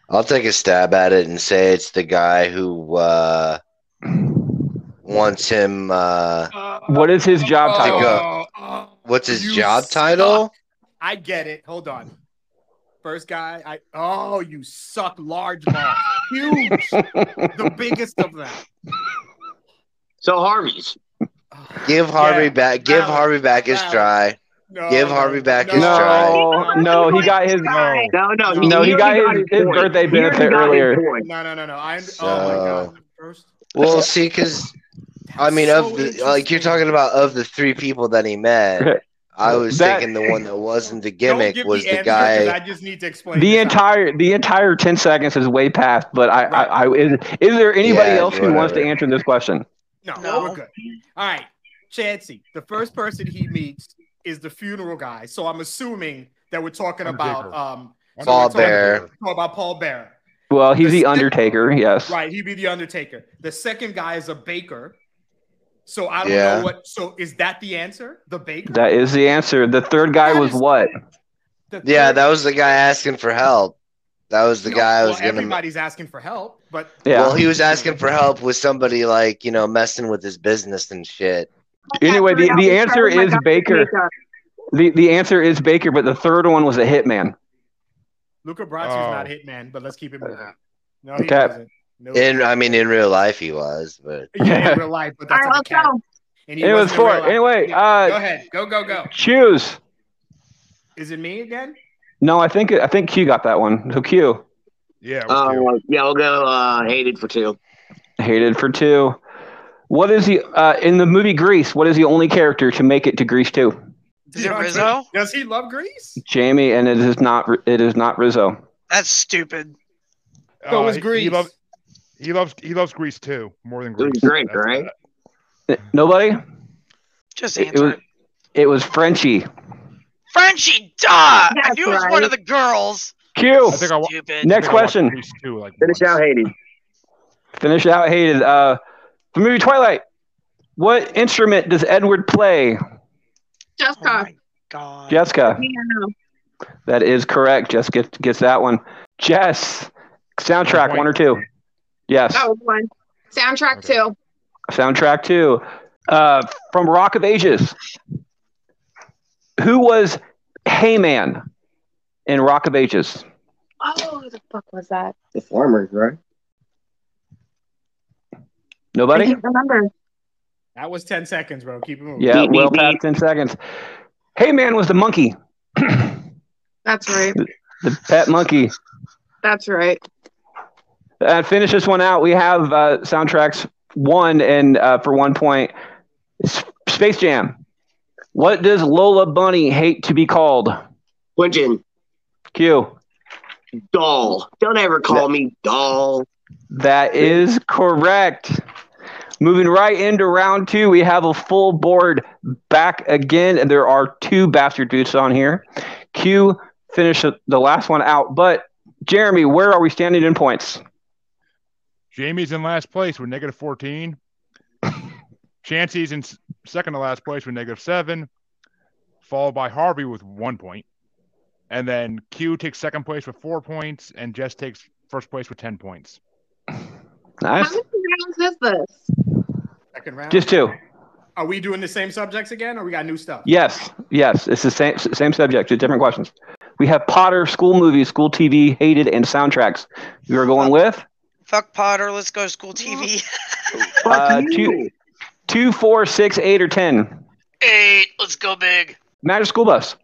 [SPEAKER 2] I'll take a stab at it and say it's the guy who uh, wants him. Uh,
[SPEAKER 3] Uh,
[SPEAKER 1] what is his job
[SPEAKER 3] oh,
[SPEAKER 1] title?
[SPEAKER 3] oh,
[SPEAKER 2] what's his
[SPEAKER 3] you
[SPEAKER 2] job
[SPEAKER 3] suck.
[SPEAKER 2] title?
[SPEAKER 3] I get it. Hold on. First guy, I oh you suck large ball. Huge. the biggest of them.
[SPEAKER 6] So Harvey's.
[SPEAKER 2] Give Harvey
[SPEAKER 3] Yeah.
[SPEAKER 2] back. Give
[SPEAKER 3] Valid.
[SPEAKER 2] Harvey back his
[SPEAKER 3] Valid.
[SPEAKER 2] dry.
[SPEAKER 3] No,
[SPEAKER 2] Give
[SPEAKER 3] no,
[SPEAKER 2] Harvey back his try.
[SPEAKER 1] No, no, he got his.
[SPEAKER 4] No.
[SPEAKER 6] No, no,
[SPEAKER 1] No, he got
[SPEAKER 6] already
[SPEAKER 1] his- his
[SPEAKER 6] point.
[SPEAKER 1] birthday
[SPEAKER 6] He already
[SPEAKER 1] benefit
[SPEAKER 6] got his
[SPEAKER 1] earlier.
[SPEAKER 6] point.
[SPEAKER 3] No, no, no, no. I oh my
[SPEAKER 2] So-
[SPEAKER 3] god. First,
[SPEAKER 2] Well, see, because I
[SPEAKER 3] that's
[SPEAKER 2] mean,
[SPEAKER 3] so
[SPEAKER 2] of the like you're
[SPEAKER 3] interesting.
[SPEAKER 2] talking about of the three people that he met, I was
[SPEAKER 1] That-
[SPEAKER 2] thinking the one that wasn't the
[SPEAKER 3] Don't
[SPEAKER 2] gimmick
[SPEAKER 3] give
[SPEAKER 2] was the
[SPEAKER 3] answer, 'cause
[SPEAKER 2] guy.
[SPEAKER 3] I just need to explain
[SPEAKER 1] The
[SPEAKER 3] this out.
[SPEAKER 1] entire the entire ten seconds is way past, but I, I, I is, is there anybody
[SPEAKER 2] Yeah,
[SPEAKER 1] else who wants to
[SPEAKER 2] whatever.
[SPEAKER 1] answer this question?
[SPEAKER 3] No,
[SPEAKER 5] No.
[SPEAKER 3] we're good. All right, Chancey. The first person he meets is the funeral guy. So I'm assuming that we're talking about
[SPEAKER 4] Undertaker.
[SPEAKER 3] um
[SPEAKER 2] Paul
[SPEAKER 4] Undertaker.
[SPEAKER 2] Bear.
[SPEAKER 3] talking about Paul Bearer.
[SPEAKER 1] Well, he's
[SPEAKER 3] The
[SPEAKER 1] the
[SPEAKER 3] stick-
[SPEAKER 1] Undertaker, yes.
[SPEAKER 3] Right, he'd be the Undertaker. The second guy is a baker. So I don't
[SPEAKER 2] Yeah.
[SPEAKER 3] know what. So is that the answer? The baker.
[SPEAKER 1] That is the answer. The third guy
[SPEAKER 3] That
[SPEAKER 1] was
[SPEAKER 3] is-
[SPEAKER 1] what?
[SPEAKER 3] The
[SPEAKER 2] Yeah,
[SPEAKER 3] third-
[SPEAKER 2] that was the guy asking for help. That was the
[SPEAKER 3] No,
[SPEAKER 2] guy I
[SPEAKER 3] well,
[SPEAKER 2] was gonna.
[SPEAKER 3] Everybody's asking for help, but
[SPEAKER 1] Yeah.
[SPEAKER 2] Well, he was asking for help with somebody like you know messing with his business and shit.
[SPEAKER 1] Anyway, the- the answer
[SPEAKER 7] Oh my
[SPEAKER 1] is
[SPEAKER 7] God,
[SPEAKER 1] Baker.
[SPEAKER 7] makeup.
[SPEAKER 1] the the answer is Baker, but the third one was a hitman.
[SPEAKER 3] Luca Brasi's
[SPEAKER 4] Oh.
[SPEAKER 3] not Hitman. But let's keep it moving. No, he
[SPEAKER 1] Okay.
[SPEAKER 3] wasn't. No,
[SPEAKER 2] In I mean, in real life, he was, but
[SPEAKER 3] yeah, in real life, but
[SPEAKER 7] All
[SPEAKER 3] that's
[SPEAKER 7] right,
[SPEAKER 3] not
[SPEAKER 7] let's go.
[SPEAKER 3] And he
[SPEAKER 1] It was
[SPEAKER 3] wasn't in
[SPEAKER 1] four.
[SPEAKER 3] real life.
[SPEAKER 1] Anyway,
[SPEAKER 3] Yeah. go
[SPEAKER 1] uh,
[SPEAKER 3] ahead, go go go.
[SPEAKER 1] choose.
[SPEAKER 3] Is it me again?
[SPEAKER 1] No, I think I think Q got that one. So Q
[SPEAKER 4] Yeah. it was
[SPEAKER 6] Uh, yeah, we'll go uh, hated for two.
[SPEAKER 1] hated for two. What is the uh, in the movie Grease? What is the only character to make it to Grease two?
[SPEAKER 5] Is it
[SPEAKER 3] DeAndre-
[SPEAKER 5] Rizzo?
[SPEAKER 3] Does he love Greece?
[SPEAKER 1] Jamie, and it is not it is not Rizzo.
[SPEAKER 5] That's stupid.
[SPEAKER 1] Oh,
[SPEAKER 4] two.
[SPEAKER 3] so
[SPEAKER 4] Uh,
[SPEAKER 3] is
[SPEAKER 4] he-
[SPEAKER 3] Greece.
[SPEAKER 4] He loves he loves he loves Greece too more than
[SPEAKER 6] It was
[SPEAKER 4] Greece.
[SPEAKER 6] Drake,
[SPEAKER 4] That's- uh,
[SPEAKER 6] right?
[SPEAKER 1] Nobody.
[SPEAKER 5] Just
[SPEAKER 1] It, it
[SPEAKER 5] answer.
[SPEAKER 1] was
[SPEAKER 5] it.
[SPEAKER 1] it was Frenchie.
[SPEAKER 5] Frenchie, duh! I
[SPEAKER 7] That's
[SPEAKER 5] knew it was
[SPEAKER 7] right.
[SPEAKER 5] one of the girls.
[SPEAKER 1] Q.
[SPEAKER 4] I think I wa-
[SPEAKER 5] Stupid.
[SPEAKER 4] I
[SPEAKER 1] Next-
[SPEAKER 4] think I watched
[SPEAKER 1] question.
[SPEAKER 4] Grease too, like
[SPEAKER 6] Finish
[SPEAKER 4] once.
[SPEAKER 6] out hated.
[SPEAKER 1] Finish out hated. Uh, the movie Twilight. What instrument does Edward play?
[SPEAKER 5] Oh
[SPEAKER 7] Jessica.
[SPEAKER 5] my god.
[SPEAKER 1] Jessica.
[SPEAKER 7] Piano.
[SPEAKER 1] That is correct. Jess gets gets that one. Jess. Soundtrack one or two. Yes.
[SPEAKER 7] That was one. Soundtrack
[SPEAKER 4] Okay.
[SPEAKER 7] two.
[SPEAKER 1] Soundtrack two. Uh, from Rock of Ages. Who was Heyman in Rock of Ages?
[SPEAKER 7] Oh, who the fuck was that?
[SPEAKER 6] The farmers, right?
[SPEAKER 7] I
[SPEAKER 1] Nobody.
[SPEAKER 7] can't remember.
[SPEAKER 3] That was ten seconds, bro. Keep it moving.
[SPEAKER 1] Yeah,
[SPEAKER 6] Beep, beep,
[SPEAKER 1] well
[SPEAKER 6] beep.
[SPEAKER 1] past ten seconds. Heyman was the monkey,
[SPEAKER 7] That's right.
[SPEAKER 1] the pet monkey.
[SPEAKER 7] That's right.
[SPEAKER 1] Uh, finish this one out. We have uh, soundtracks one and uh, for one point, S- Space Jam. What does Lola Bunny hate to be called?
[SPEAKER 6] Quentin,
[SPEAKER 1] Q.
[SPEAKER 6] doll. Don't ever call me doll.
[SPEAKER 1] That is correct. Moving right into round two, we have a full board back again, and there are two bastard boots on here. Q finished the last one out, but Jeremy, where are we standing in points?
[SPEAKER 4] Jamie's in last place with negative 14. Chancey's in s- second to last place with negative seven, followed by Harvey with one point. And then Q takes second place with four points, and Jess takes first place with 10 points.
[SPEAKER 7] How
[SPEAKER 1] Nice.
[SPEAKER 7] many rounds is this?
[SPEAKER 3] Second round.
[SPEAKER 1] Just two.
[SPEAKER 3] Are we doing the same subjects again, or we got new stuff?
[SPEAKER 1] Yes, yes. It's the same same subject, just different questions. We have Potter, school movies, school TV, hated, and soundtracks. You are going with
[SPEAKER 5] Fuck Potter. Let's go to school TV.
[SPEAKER 6] Fuck
[SPEAKER 1] Uh,
[SPEAKER 6] you.
[SPEAKER 1] Two, four, six, eight, or ten.
[SPEAKER 5] Eight. Let's go big.
[SPEAKER 1] Magic School Bus.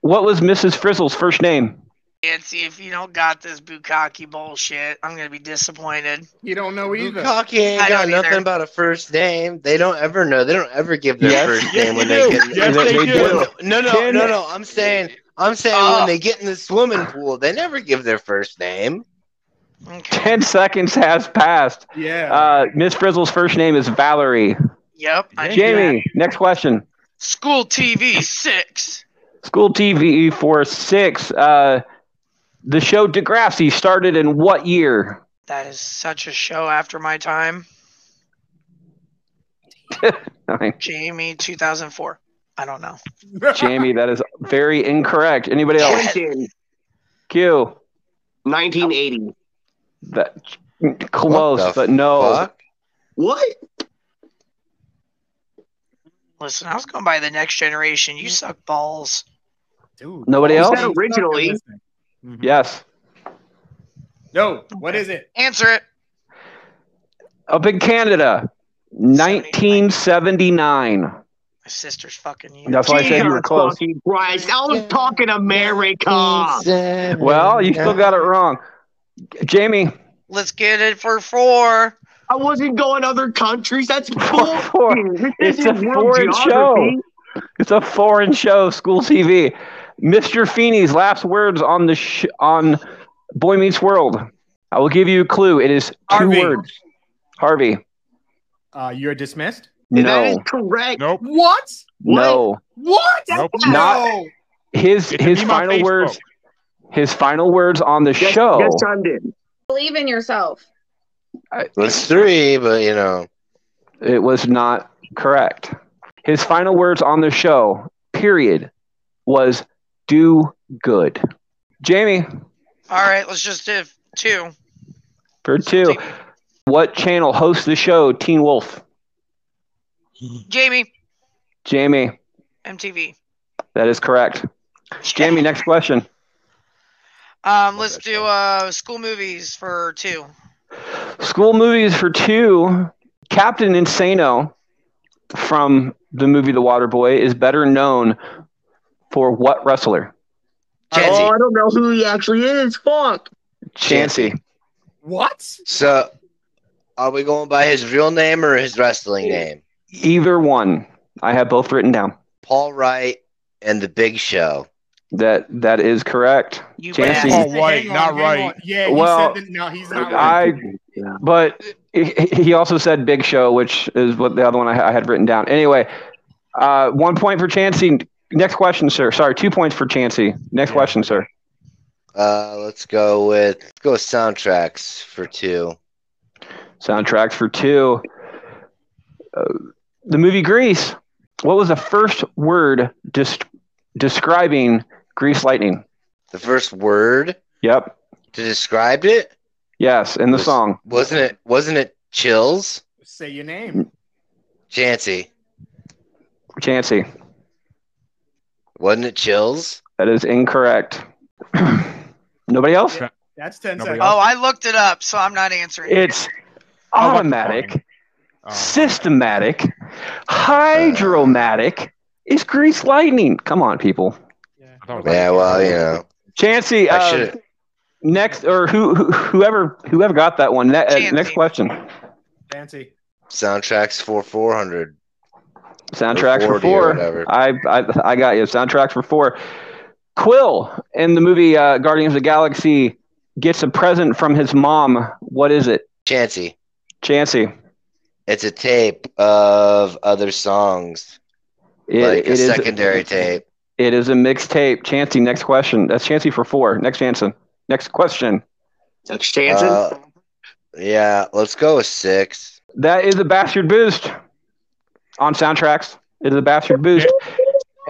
[SPEAKER 1] What was Mrs. Frizzle's first name?
[SPEAKER 5] Nancy, if you don't got this bukkake bullshit, I'm gonna be disappointed.
[SPEAKER 3] You don't know either.
[SPEAKER 2] Bukaki ain't
[SPEAKER 5] I
[SPEAKER 2] got
[SPEAKER 5] don't
[SPEAKER 2] nothing
[SPEAKER 5] either.
[SPEAKER 2] about a first name. They don't ever know. They don't ever give their
[SPEAKER 1] Yes.
[SPEAKER 2] first
[SPEAKER 4] Yes,
[SPEAKER 2] name when
[SPEAKER 4] they
[SPEAKER 2] they
[SPEAKER 4] do.
[SPEAKER 2] get.
[SPEAKER 4] Yes,
[SPEAKER 1] They-
[SPEAKER 4] they,
[SPEAKER 1] they
[SPEAKER 4] do.
[SPEAKER 1] do.
[SPEAKER 2] No, no,
[SPEAKER 1] Can-
[SPEAKER 2] no, no. I'm saying, I'm saying
[SPEAKER 5] Oh.
[SPEAKER 2] when they get in the swimming pool, they never give their first name.
[SPEAKER 5] Okay.
[SPEAKER 1] Ten seconds has passed.
[SPEAKER 3] Yeah.
[SPEAKER 1] Uh, Miss Frizzle's first name is Valerie.
[SPEAKER 5] Yep. I knew that.
[SPEAKER 1] Jamie, next question.
[SPEAKER 5] School TV six.
[SPEAKER 1] School TV for six. Uh, the show Degrassi started in what year?
[SPEAKER 5] That is such a show after my time.
[SPEAKER 1] Nine.
[SPEAKER 5] Jamie, 2004. I don't know.
[SPEAKER 1] Jamie, that is very incorrect. Anybody else?
[SPEAKER 6] Clinton,
[SPEAKER 1] Q.
[SPEAKER 6] 1980.
[SPEAKER 1] That close,
[SPEAKER 2] What the
[SPEAKER 1] but no.
[SPEAKER 2] Fuck.
[SPEAKER 6] What?
[SPEAKER 5] Listen, I was going by the next generation. You suck balls.
[SPEAKER 3] Dude.
[SPEAKER 1] Nobody
[SPEAKER 6] Is
[SPEAKER 1] else?
[SPEAKER 6] that originally?
[SPEAKER 3] Mhm.
[SPEAKER 1] Yes.
[SPEAKER 3] No. What is it?
[SPEAKER 5] Answer it.
[SPEAKER 1] Up in Canada, 1979.
[SPEAKER 5] My sister's fucking you.
[SPEAKER 1] That's why Oh, I said you were
[SPEAKER 6] Jesus
[SPEAKER 1] close.
[SPEAKER 6] fucking Christ, I was talking America.
[SPEAKER 1] Well, you still got it wrong. Jamie,
[SPEAKER 5] Let's get it for four.
[SPEAKER 6] I wasn't going other countries. That's
[SPEAKER 1] four,
[SPEAKER 6] cool.
[SPEAKER 1] four. It's a foreign show. It's a foreign show, school TV. Mr. Feeney's last words on the sh- on Boy Meets World. I will give you a clue. It is two
[SPEAKER 3] Harvey.
[SPEAKER 1] words. Harvey.
[SPEAKER 3] Uh, you're dismissed.
[SPEAKER 6] That is
[SPEAKER 1] No.
[SPEAKER 6] correct.
[SPEAKER 4] Nope.
[SPEAKER 3] What?
[SPEAKER 1] No.
[SPEAKER 3] What?
[SPEAKER 4] Nope.
[SPEAKER 1] Not-
[SPEAKER 3] No.
[SPEAKER 1] His
[SPEAKER 4] It's
[SPEAKER 1] his
[SPEAKER 4] an email
[SPEAKER 1] final
[SPEAKER 4] Facebook.
[SPEAKER 1] words. His final words on the
[SPEAKER 6] Yes,
[SPEAKER 1] show.
[SPEAKER 6] yes, John did.
[SPEAKER 7] Believe in yourself.
[SPEAKER 2] It's three, but you know,
[SPEAKER 1] It was not correct. His final words on the show, period, was do good. Jamie,
[SPEAKER 5] All right, let's just do two.
[SPEAKER 1] for two. What channel hosts the show Teen Wolf?
[SPEAKER 5] Jamie,
[SPEAKER 1] Jamie,
[SPEAKER 5] MTV.
[SPEAKER 1] that is correct. Jamie, next question.
[SPEAKER 5] Um, let's
[SPEAKER 4] that
[SPEAKER 5] do
[SPEAKER 4] show.
[SPEAKER 5] uh school movies for two.
[SPEAKER 1] School movies for two. Captain Insano from the movie The Waterboy is better known for what wrestler?
[SPEAKER 6] Oh,
[SPEAKER 5] Chancey.
[SPEAKER 6] I don't know who he actually is. Fuck.
[SPEAKER 1] Chancy.
[SPEAKER 3] What?
[SPEAKER 2] so are we going by his real name or his wrestling name?
[SPEAKER 1] Either one. I have both written down.
[SPEAKER 2] Paul Wright and The Big Show.
[SPEAKER 1] That that is correct.
[SPEAKER 5] You
[SPEAKER 1] Chancey.
[SPEAKER 5] bad.
[SPEAKER 4] Oh, white, not right.
[SPEAKER 3] Yeah, he
[SPEAKER 1] Well,
[SPEAKER 3] said that. No, he's not right.
[SPEAKER 1] I but he he also said Big Show, which is what the other one I, I had written down. Anyway, uh, one point for Chancey. Next question, sir. Sorry, two points for Chancey. Next
[SPEAKER 4] Yeah.
[SPEAKER 1] question, sir.
[SPEAKER 2] Uh, let's go with let's go with soundtracks for two.
[SPEAKER 1] soundtrack for two. Uh, the movie Grease. What was the first word dis- describing Grease Lightning?
[SPEAKER 2] The first word
[SPEAKER 1] Yep.
[SPEAKER 2] to describe it
[SPEAKER 1] Yes, in the
[SPEAKER 2] Was-
[SPEAKER 1] song.
[SPEAKER 2] wasn't it wasn't it chills?
[SPEAKER 3] Say your name.
[SPEAKER 2] Chancy,
[SPEAKER 1] Chancey.
[SPEAKER 2] wasn't it chills?
[SPEAKER 1] That is incorrect. Nobody else?
[SPEAKER 3] That's 10
[SPEAKER 4] Nobody
[SPEAKER 3] seconds.
[SPEAKER 5] Oh, I looked it up, so I'm not answering.
[SPEAKER 1] It's
[SPEAKER 4] I like the
[SPEAKER 1] automatic,
[SPEAKER 4] Oh.
[SPEAKER 1] systematic, hydromatic. Is Grease Lightning? Come on, people.
[SPEAKER 4] I thought it was
[SPEAKER 2] Yeah,
[SPEAKER 4] like-
[SPEAKER 2] well, you know,
[SPEAKER 1] Chancey.
[SPEAKER 2] I
[SPEAKER 1] Uh,
[SPEAKER 2] should.
[SPEAKER 1] next, or who, who, whoever, whoever got that one. Ne- uh, next
[SPEAKER 5] Chancey.
[SPEAKER 1] question.
[SPEAKER 3] Fancy.
[SPEAKER 2] Soundtracks for four hundred.
[SPEAKER 1] Soundtracks for
[SPEAKER 2] 40 or
[SPEAKER 1] four.
[SPEAKER 2] whatever.
[SPEAKER 1] I, I I got you. Soundtracks for four. Quill in the movie uh, Guardians of the Galaxy gets a present from his mom. What is it?
[SPEAKER 2] Chancy,
[SPEAKER 1] Chancey.
[SPEAKER 2] it's a tape of other songs,
[SPEAKER 1] It,
[SPEAKER 2] like a
[SPEAKER 1] it is-
[SPEAKER 2] secondary tape.
[SPEAKER 1] It is a mixtape. Chancey. Next question. That's Chancey for four. Next Chanson. Next question.
[SPEAKER 6] That's Jansen.
[SPEAKER 2] Uh, yeah, let's go with six.
[SPEAKER 1] That is a bastard boost on soundtracks. It is a bastard boost.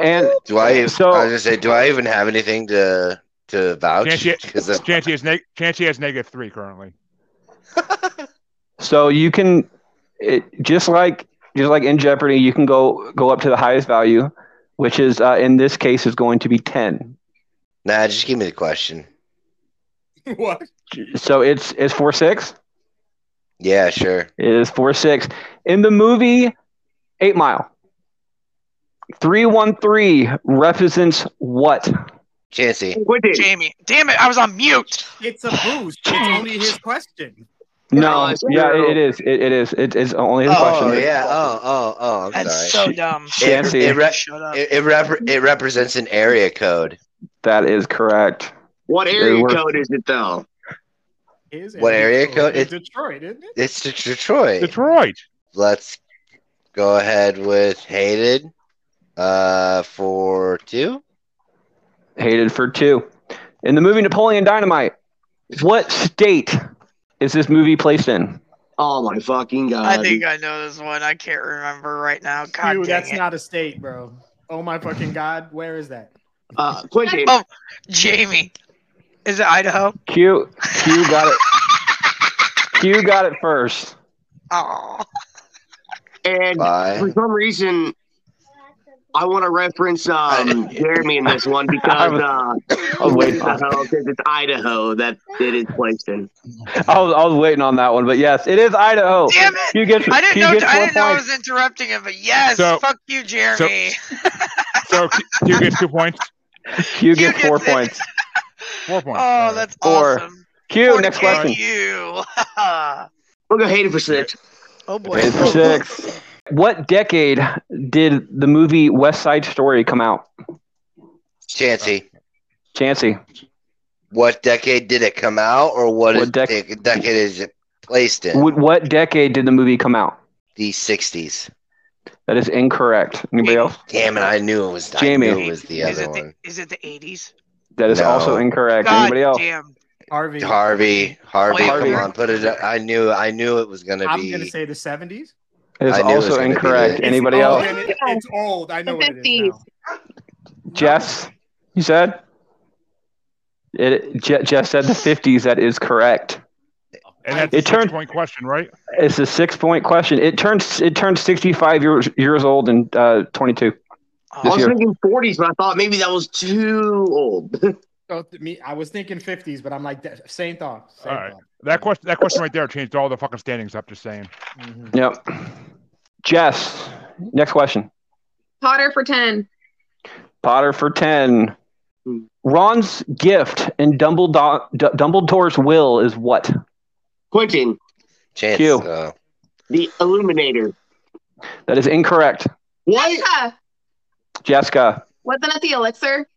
[SPEAKER 1] And
[SPEAKER 2] Do I?
[SPEAKER 1] So-
[SPEAKER 2] I was gonna say, do I even have anything to to vouch?
[SPEAKER 4] Chancy,
[SPEAKER 2] 'Cause that's-
[SPEAKER 4] Chancy, has neg- Chancy has negative three currently.
[SPEAKER 1] So you can, it, just like just like in Jeopardy, you can go go up to the highest value, which is uh, in this case is going to be ten.
[SPEAKER 2] nah, just give me the question.
[SPEAKER 3] what?
[SPEAKER 1] So it's it's four six.
[SPEAKER 2] Yeah, sure.
[SPEAKER 1] It is four six in the movie Eight Mile. 313 represents what?
[SPEAKER 2] Chancey.
[SPEAKER 6] Quentin.
[SPEAKER 5] Jamie. Damn it, I was on mute.
[SPEAKER 3] It's a
[SPEAKER 1] Oh,
[SPEAKER 3] boost. It's only his question.
[SPEAKER 1] No,
[SPEAKER 6] it's
[SPEAKER 1] yeah,
[SPEAKER 6] zero.
[SPEAKER 1] it, it is. It, it is. It is only his
[SPEAKER 2] Oh
[SPEAKER 1] question.
[SPEAKER 2] yeah. Oh oh oh. I'm
[SPEAKER 5] That's
[SPEAKER 2] sorry.
[SPEAKER 5] so dumb.
[SPEAKER 1] Chancey.
[SPEAKER 2] It, it, re-
[SPEAKER 5] Shut up.
[SPEAKER 2] it, it, rep- it represents an area code.
[SPEAKER 1] That is correct.
[SPEAKER 6] What area
[SPEAKER 1] works.
[SPEAKER 6] code is it though?
[SPEAKER 3] His
[SPEAKER 2] What
[SPEAKER 3] and
[SPEAKER 2] area
[SPEAKER 3] Detroit.
[SPEAKER 2] code?
[SPEAKER 3] It's Detroit, isn't it?
[SPEAKER 2] It's De- Detroit.
[SPEAKER 4] Detroit.
[SPEAKER 2] Let's go ahead with hated. Uh, for two.
[SPEAKER 1] Hated for two. In the movie Napoleon Dynamite, what state is this movie placed in?
[SPEAKER 6] Oh my fucking god!
[SPEAKER 5] I think I know this one. I can't remember right now. God
[SPEAKER 3] Dude,
[SPEAKER 5] dang
[SPEAKER 3] that's
[SPEAKER 5] it.
[SPEAKER 3] not a state, bro. Oh my fucking god, where is that?
[SPEAKER 6] Uh, Quentin.
[SPEAKER 5] Oh, Jamie. Is it Idaho?
[SPEAKER 1] Q. Q got it. Q got it first.
[SPEAKER 5] Oh.
[SPEAKER 6] And for
[SPEAKER 2] Bye.
[SPEAKER 6] some reason, I want to reference um, Jeremy in this one
[SPEAKER 1] I
[SPEAKER 6] because
[SPEAKER 1] was-
[SPEAKER 6] uh,
[SPEAKER 1] I
[SPEAKER 5] Oh,
[SPEAKER 1] was waiting on.
[SPEAKER 6] Idaho, 'cause it's Idaho that it is placed in.
[SPEAKER 1] I was, I was waiting on that one, but yes, it is Idaho.
[SPEAKER 5] Damn it!
[SPEAKER 1] Q gets,
[SPEAKER 5] I didn't
[SPEAKER 1] Q
[SPEAKER 5] know. I
[SPEAKER 1] gets four
[SPEAKER 5] didn't know I
[SPEAKER 1] points.
[SPEAKER 5] was interrupting him, but yes,
[SPEAKER 4] So-
[SPEAKER 5] fuck you, Jeremy.
[SPEAKER 4] So Q gets two points,
[SPEAKER 1] Q gets
[SPEAKER 5] gets
[SPEAKER 1] four
[SPEAKER 5] it.
[SPEAKER 1] points.
[SPEAKER 4] four points.
[SPEAKER 5] oh, that's
[SPEAKER 1] Four.
[SPEAKER 5] awesome.
[SPEAKER 1] Q,
[SPEAKER 5] Four
[SPEAKER 1] next
[SPEAKER 5] to
[SPEAKER 1] question.
[SPEAKER 5] You.
[SPEAKER 6] We'll go hate it for six.
[SPEAKER 5] oh boy.
[SPEAKER 1] Eight for six. What decade did the movie West Side Story come out?
[SPEAKER 2] Chancey.
[SPEAKER 1] Chancey.
[SPEAKER 2] What decade did it come out, or what,
[SPEAKER 1] What
[SPEAKER 2] is
[SPEAKER 1] dec-
[SPEAKER 2] dec- decade is it placed in?
[SPEAKER 1] What, what decade did the movie come out?
[SPEAKER 2] the '60s.
[SPEAKER 1] That is incorrect. Anybody else?
[SPEAKER 2] Damn it! I knew it was.
[SPEAKER 1] Jamie.
[SPEAKER 2] I knew it was the
[SPEAKER 5] is
[SPEAKER 2] other
[SPEAKER 5] it the,
[SPEAKER 2] one.
[SPEAKER 5] is it the eighties?
[SPEAKER 1] That is
[SPEAKER 2] No.
[SPEAKER 1] also incorrect.
[SPEAKER 5] God
[SPEAKER 1] Anybody else?
[SPEAKER 5] damn.
[SPEAKER 3] Harvey.
[SPEAKER 2] Harvey, Harvey,
[SPEAKER 5] Wait,
[SPEAKER 1] Harvey.
[SPEAKER 2] come on, put it. up. I knew, I knew it was gonna
[SPEAKER 3] I'm
[SPEAKER 2] be.
[SPEAKER 3] gonna say the 70s.
[SPEAKER 1] It is
[SPEAKER 2] I knew it was
[SPEAKER 1] also
[SPEAKER 2] gonna be
[SPEAKER 1] incorrect.
[SPEAKER 2] that.
[SPEAKER 1] Anybody
[SPEAKER 3] it's
[SPEAKER 1] else?
[SPEAKER 3] Old, and it- it's old. I know
[SPEAKER 7] The
[SPEAKER 3] what it is now.
[SPEAKER 1] Jess, you said? It, Je- Jeff said the 50s. That is correct.
[SPEAKER 4] and that's
[SPEAKER 1] It
[SPEAKER 4] a
[SPEAKER 1] turned-
[SPEAKER 4] point question, right?
[SPEAKER 1] It's a six point question. It turns it turns 65 years, years old in uh, 22.
[SPEAKER 6] I
[SPEAKER 5] Oh.
[SPEAKER 1] This
[SPEAKER 6] was
[SPEAKER 1] year.
[SPEAKER 6] thinking 40s, but I thought maybe that was too old.
[SPEAKER 3] Oh, th- me, I was thinking 50s, but I'm like, that- same thought. Same
[SPEAKER 4] All right.
[SPEAKER 3] thought.
[SPEAKER 4] That question, that question right there changed all the fucking standings up. Just saying.
[SPEAKER 3] Mhm.
[SPEAKER 1] Yep. Jess, next question.
[SPEAKER 7] Potter for 10.
[SPEAKER 1] Potter for 10.
[SPEAKER 6] Hmm.
[SPEAKER 1] Ron's gift in Dumbledore, D- Dumbledore's will is what?
[SPEAKER 6] Quentin,
[SPEAKER 2] Chance.
[SPEAKER 1] Q.
[SPEAKER 2] uh,
[SPEAKER 6] the Illuminator.
[SPEAKER 1] That is incorrect.
[SPEAKER 6] What?
[SPEAKER 7] Alexa,
[SPEAKER 1] Jessica,
[SPEAKER 7] wasn't it the elixir?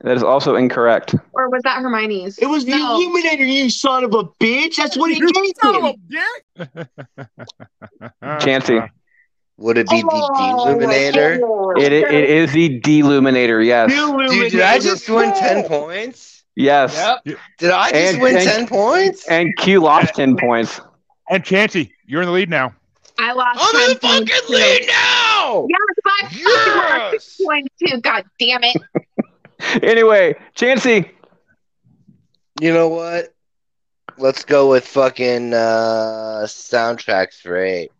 [SPEAKER 1] that is also incorrect.
[SPEAKER 7] Or was that Hermione's?
[SPEAKER 6] It was the
[SPEAKER 7] No.
[SPEAKER 6] Illuminator, you son of a bitch. That's what he gave him.
[SPEAKER 4] Uh,
[SPEAKER 1] Chancey.
[SPEAKER 2] Would it be the Illuminator?
[SPEAKER 7] Oh,
[SPEAKER 1] It, i- it is the deluminator, yes.
[SPEAKER 2] Dude, did I just win ten points?
[SPEAKER 1] yes.
[SPEAKER 2] Did I just
[SPEAKER 1] And-
[SPEAKER 2] win
[SPEAKER 1] and-
[SPEAKER 2] ten points?
[SPEAKER 1] And Q lost 10 points.
[SPEAKER 4] And Chancey, you're in the lead now.
[SPEAKER 7] I lost
[SPEAKER 2] I'm
[SPEAKER 7] my
[SPEAKER 2] in the fucking lead now.
[SPEAKER 7] Yeah, five
[SPEAKER 2] Yes.
[SPEAKER 7] point two. God damn it.
[SPEAKER 1] Anyway, Chancey,
[SPEAKER 2] You know what? Let's go with fucking uh, soundtracks for eight.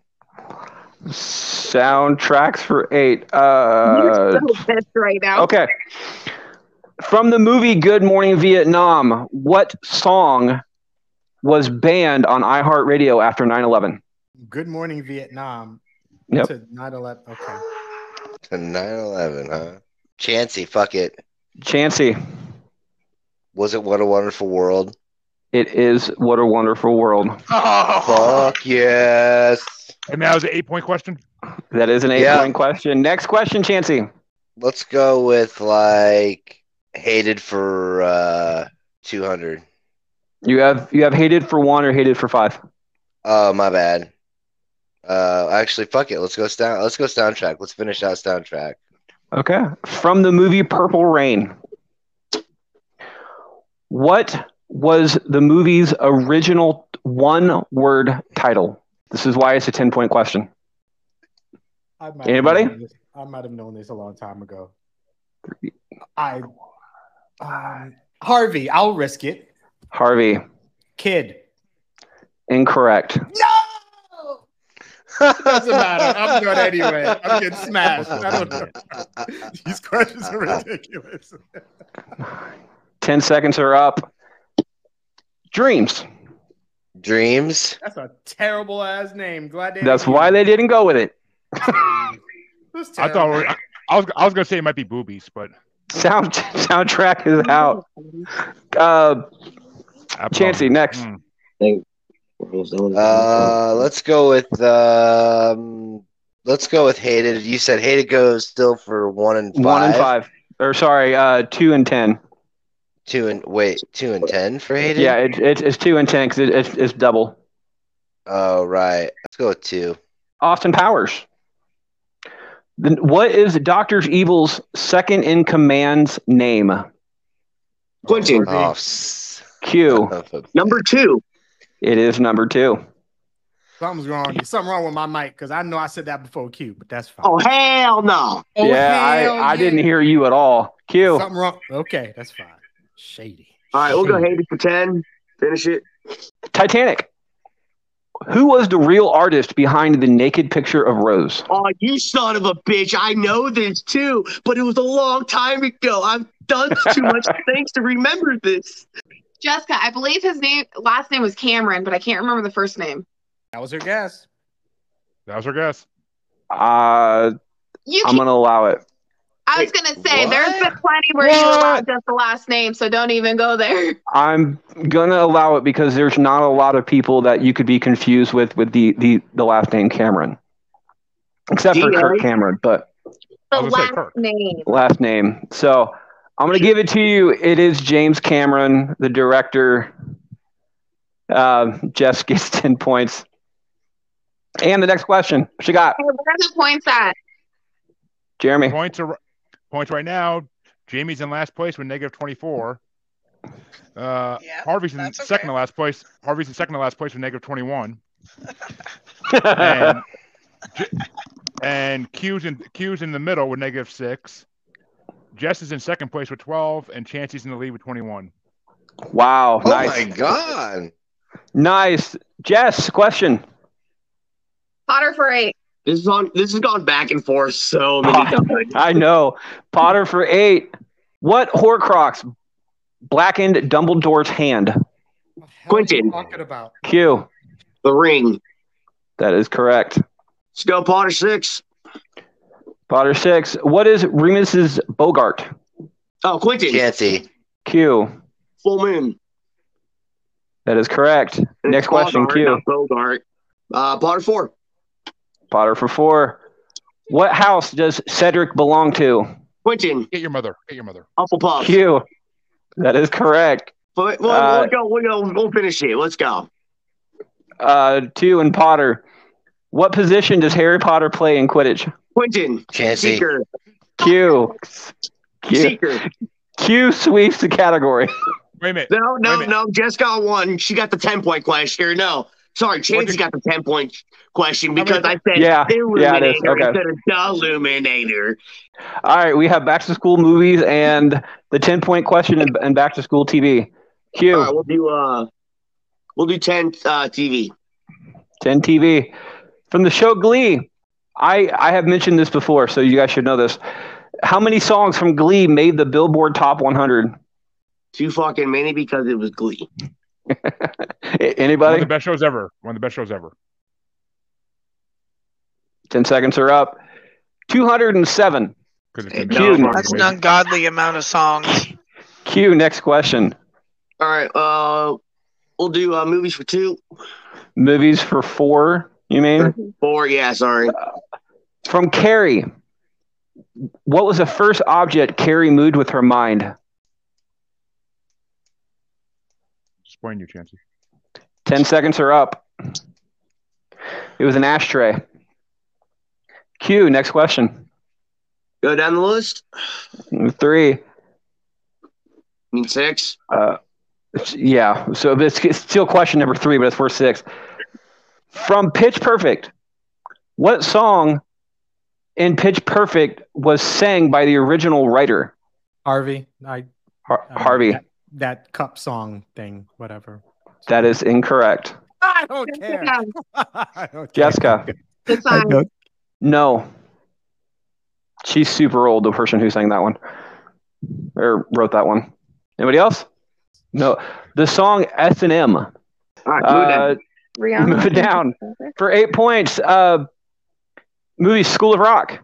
[SPEAKER 1] soundtracks for eight.
[SPEAKER 7] You're
[SPEAKER 1] Uh,
[SPEAKER 7] so pissed right now.
[SPEAKER 1] Okay. From the movie Good Morning Vietnam, what song was banned on iHeartRadio after 9 11?
[SPEAKER 3] Good morning, Vietnam.
[SPEAKER 1] Yep.
[SPEAKER 3] To 9/11. Okay.
[SPEAKER 2] To 9-11, huh? Chancey, fuck it.
[SPEAKER 1] Chancey,
[SPEAKER 2] Was it What a Wonderful World?
[SPEAKER 1] it is What a Wonderful World.
[SPEAKER 5] Oh.
[SPEAKER 2] Fuck yes.
[SPEAKER 4] And that was an eight point question.
[SPEAKER 1] That is an eight
[SPEAKER 2] Yeah.
[SPEAKER 1] point question. Next question, Chancey.
[SPEAKER 2] Let's go with like hated for uh 200.
[SPEAKER 1] You have you have hated for one or hated for five?
[SPEAKER 2] Oh, my bad. Uh actually fuck it. Let's go sound let's go soundtrack. Let's finish out soundtrack.
[SPEAKER 1] Okay. From the movie Purple Rain, what was the movie's original one word title? This is why it's a 10 point question.
[SPEAKER 3] I might have
[SPEAKER 1] Anybody?
[SPEAKER 3] known this- I might have known this a long time ago. I um, Harvey, I'll risk it.
[SPEAKER 1] Harvey,
[SPEAKER 3] Kid.
[SPEAKER 1] incorrect.
[SPEAKER 3] No! Doesn't matter. I'm good anyway. I'm getting smashed. I don't know. These questions are ridiculous.
[SPEAKER 1] 10 seconds are up. Dreams.
[SPEAKER 2] Dreams.
[SPEAKER 3] That's a terrible ass name. Glad they
[SPEAKER 1] That's
[SPEAKER 3] didn't
[SPEAKER 1] why
[SPEAKER 3] use
[SPEAKER 1] they didn't go with it.
[SPEAKER 3] it. was
[SPEAKER 4] I
[SPEAKER 3] terrible.
[SPEAKER 4] thought we- I, I was I was gonna say it might be boobies, but
[SPEAKER 1] Sound soundtrack is out. Uh,
[SPEAKER 4] I
[SPEAKER 1] Chancey,
[SPEAKER 4] probably-
[SPEAKER 1] next.
[SPEAKER 4] Mm.
[SPEAKER 2] Uh, let's go with um, let's go with hated. You said hated goes still for one and five,
[SPEAKER 1] one and five, or sorry, uh, two and ten.
[SPEAKER 2] two and wait, two and ten for hated.
[SPEAKER 1] Yeah, it, it's it's two and ten because it, it's it's double.
[SPEAKER 2] Oh right. Let's go with two.
[SPEAKER 1] Austin Powers. Then what is Doctor Evil's second in command's name?
[SPEAKER 6] Quentin.
[SPEAKER 2] Oh, s-
[SPEAKER 1] Q.
[SPEAKER 2] son of a-
[SPEAKER 6] Number two.
[SPEAKER 1] It is number two.
[SPEAKER 3] Something's wrong. There's something wrong with my mic because I know I said that before Q, but that's fine.
[SPEAKER 6] Oh hell no.
[SPEAKER 5] Oh,
[SPEAKER 1] yeah, I,
[SPEAKER 5] hell
[SPEAKER 1] I
[SPEAKER 5] yeah.
[SPEAKER 1] didn't hear you at all. Q.
[SPEAKER 3] something wrong. Okay, that's fine. Shady.
[SPEAKER 6] All right, we'll go
[SPEAKER 1] Hmm.
[SPEAKER 3] Shady.
[SPEAKER 6] Hades for ten. Finish it.
[SPEAKER 1] Titanic. Who was the real artist behind the naked picture of Rose?
[SPEAKER 6] Oh, you son of a bitch! I know this too, but it was a long time ago. I've done too much things to remember this.
[SPEAKER 7] Jessica, I believe his name last name was Cameron, but I can't remember the first name.
[SPEAKER 3] That was her guess.
[SPEAKER 4] That was her guess.
[SPEAKER 1] Uh,
[SPEAKER 7] You
[SPEAKER 1] I'm
[SPEAKER 7] can,
[SPEAKER 1] gonna allow it.
[SPEAKER 7] I was gonna say there's been plenty where you
[SPEAKER 1] What?
[SPEAKER 7] allowed just the last name, so don't even go there.
[SPEAKER 1] I'm gonna allow it because there's not a lot of people that you could be confused with with the the, the last name Cameron, except for
[SPEAKER 6] DA?
[SPEAKER 5] E?
[SPEAKER 1] Kirk Cameron, but
[SPEAKER 7] The
[SPEAKER 4] I was gonna say
[SPEAKER 7] last
[SPEAKER 4] Kirk.
[SPEAKER 7] name.
[SPEAKER 1] last name. So I'm gonna give it to you. It is James Cameron, the director. Uh, Jess gets ten points. And the next question, she got
[SPEAKER 7] Hey, Oh, where are the points at?
[SPEAKER 1] Jeremy.
[SPEAKER 4] Points are points right now. Jamie's in last place with negative twenty four. Uh,
[SPEAKER 5] Yeah,
[SPEAKER 4] Harvey's in
[SPEAKER 5] that's okay.
[SPEAKER 4] second to last place. Harvey's in second to last place with negative twenty one.
[SPEAKER 1] and
[SPEAKER 4] and, and Q's in Q's in the middle with negative six. Jess is in second place with twelve, and Chancey's in the lead with twenty-one.
[SPEAKER 1] wow,
[SPEAKER 2] Oh
[SPEAKER 1] nice,
[SPEAKER 2] my god.
[SPEAKER 1] nice. Jess, question.
[SPEAKER 7] Potter for eight.
[SPEAKER 6] This is on. This has gone back and forth so many times.
[SPEAKER 1] I know. Potter for eight. What Horcrux blackened Dumbledore's hand?
[SPEAKER 3] What the hell are you
[SPEAKER 6] Quentin.
[SPEAKER 3] talking about?
[SPEAKER 1] Q.
[SPEAKER 6] The ring.
[SPEAKER 1] That is correct.
[SPEAKER 6] Let's go Potter six.
[SPEAKER 1] Potter six. What is Remus's Bogart?
[SPEAKER 6] Oh, Quentin.
[SPEAKER 2] Chancey.
[SPEAKER 1] Q.
[SPEAKER 6] Full moon.
[SPEAKER 1] That is correct.
[SPEAKER 6] And
[SPEAKER 1] Next
[SPEAKER 6] it's
[SPEAKER 1] question,
[SPEAKER 6] Bogart,
[SPEAKER 1] Q.
[SPEAKER 6] not Bogart. Uh, Potter four.
[SPEAKER 1] Potter for four. What house does Cedric belong to?
[SPEAKER 6] Quentin.
[SPEAKER 4] Get your mother. Get your mother.
[SPEAKER 6] Hufflepuff.
[SPEAKER 1] Q. That is correct.
[SPEAKER 6] But we'll,
[SPEAKER 1] Uh,
[SPEAKER 6] we'll go. We'll go. We'll finish it. Let's go.
[SPEAKER 1] Uh, two and Potter. What position does Harry Potter play in Quidditch?
[SPEAKER 6] Quentin.
[SPEAKER 2] Chancey.
[SPEAKER 6] Seeker.
[SPEAKER 1] Q. Q.
[SPEAKER 6] Seeker.
[SPEAKER 1] Q sweeps the category.
[SPEAKER 4] Wait a minute.
[SPEAKER 6] No, no,
[SPEAKER 4] Wait a minute.
[SPEAKER 6] no. Jess got one. She got the ten point question. Or no, sorry, Chancey got the ten point question
[SPEAKER 4] many-
[SPEAKER 6] because I said
[SPEAKER 1] Yeah, yeah, it
[SPEAKER 6] illuminator
[SPEAKER 1] is. Okay.
[SPEAKER 6] instead of deluminator.
[SPEAKER 1] All right, we have back to school movies and the 10 point question and, and back to school TV.
[SPEAKER 6] All
[SPEAKER 1] Q,
[SPEAKER 6] right, we'll do uh, we'll do ten uh TV.
[SPEAKER 1] 10 TV. From the show Glee, I, I have mentioned this before, so you guys should know this. How many songs from Glee made the Billboard Top 100?
[SPEAKER 6] Too fucking many because it was Glee.
[SPEAKER 1] A-
[SPEAKER 4] One of the
[SPEAKER 1] Anybody?
[SPEAKER 4] best shows ever. One of the best shows ever.
[SPEAKER 1] 10 seconds are up. 207.
[SPEAKER 4] Because
[SPEAKER 6] Hey,
[SPEAKER 4] it's
[SPEAKER 6] no,
[SPEAKER 4] amazing.
[SPEAKER 5] That's an ungodly amount of songs.
[SPEAKER 1] Q, next question.
[SPEAKER 6] All right, uh, we'll do uh movies for two,
[SPEAKER 1] Movies for four, you mean?
[SPEAKER 6] four. Yeah, sorry.
[SPEAKER 1] From Carrie, what was the first object Carrie moved with her mind?
[SPEAKER 4] Disappointing you, Chancey.
[SPEAKER 1] 10 seconds are up. It was an ashtray. Q, next question.
[SPEAKER 6] Go down the list.
[SPEAKER 1] Number Three.
[SPEAKER 6] I mean six.
[SPEAKER 1] Uh, yeah, so it's, it's still question number three, but it's worth six. From Pitch Perfect, what song in Pitch Perfect was sang by the original writer,
[SPEAKER 3] Harvey, I
[SPEAKER 1] Har-
[SPEAKER 3] I mean,
[SPEAKER 1] Harvey?
[SPEAKER 3] That, that cup song thing, whatever.
[SPEAKER 1] That is incorrect.
[SPEAKER 3] I don't care.
[SPEAKER 7] Jessica,
[SPEAKER 3] I don't care.
[SPEAKER 1] Jessica,
[SPEAKER 3] I
[SPEAKER 7] decide.
[SPEAKER 3] don't-
[SPEAKER 1] no. She's super old, the person who sang that one or wrote that one. Anybody else? No. The song S and M.
[SPEAKER 6] All right, move down.
[SPEAKER 1] Uh,
[SPEAKER 7] Oh,
[SPEAKER 1] Move it down. for eight points. Uh, movie School of Rock.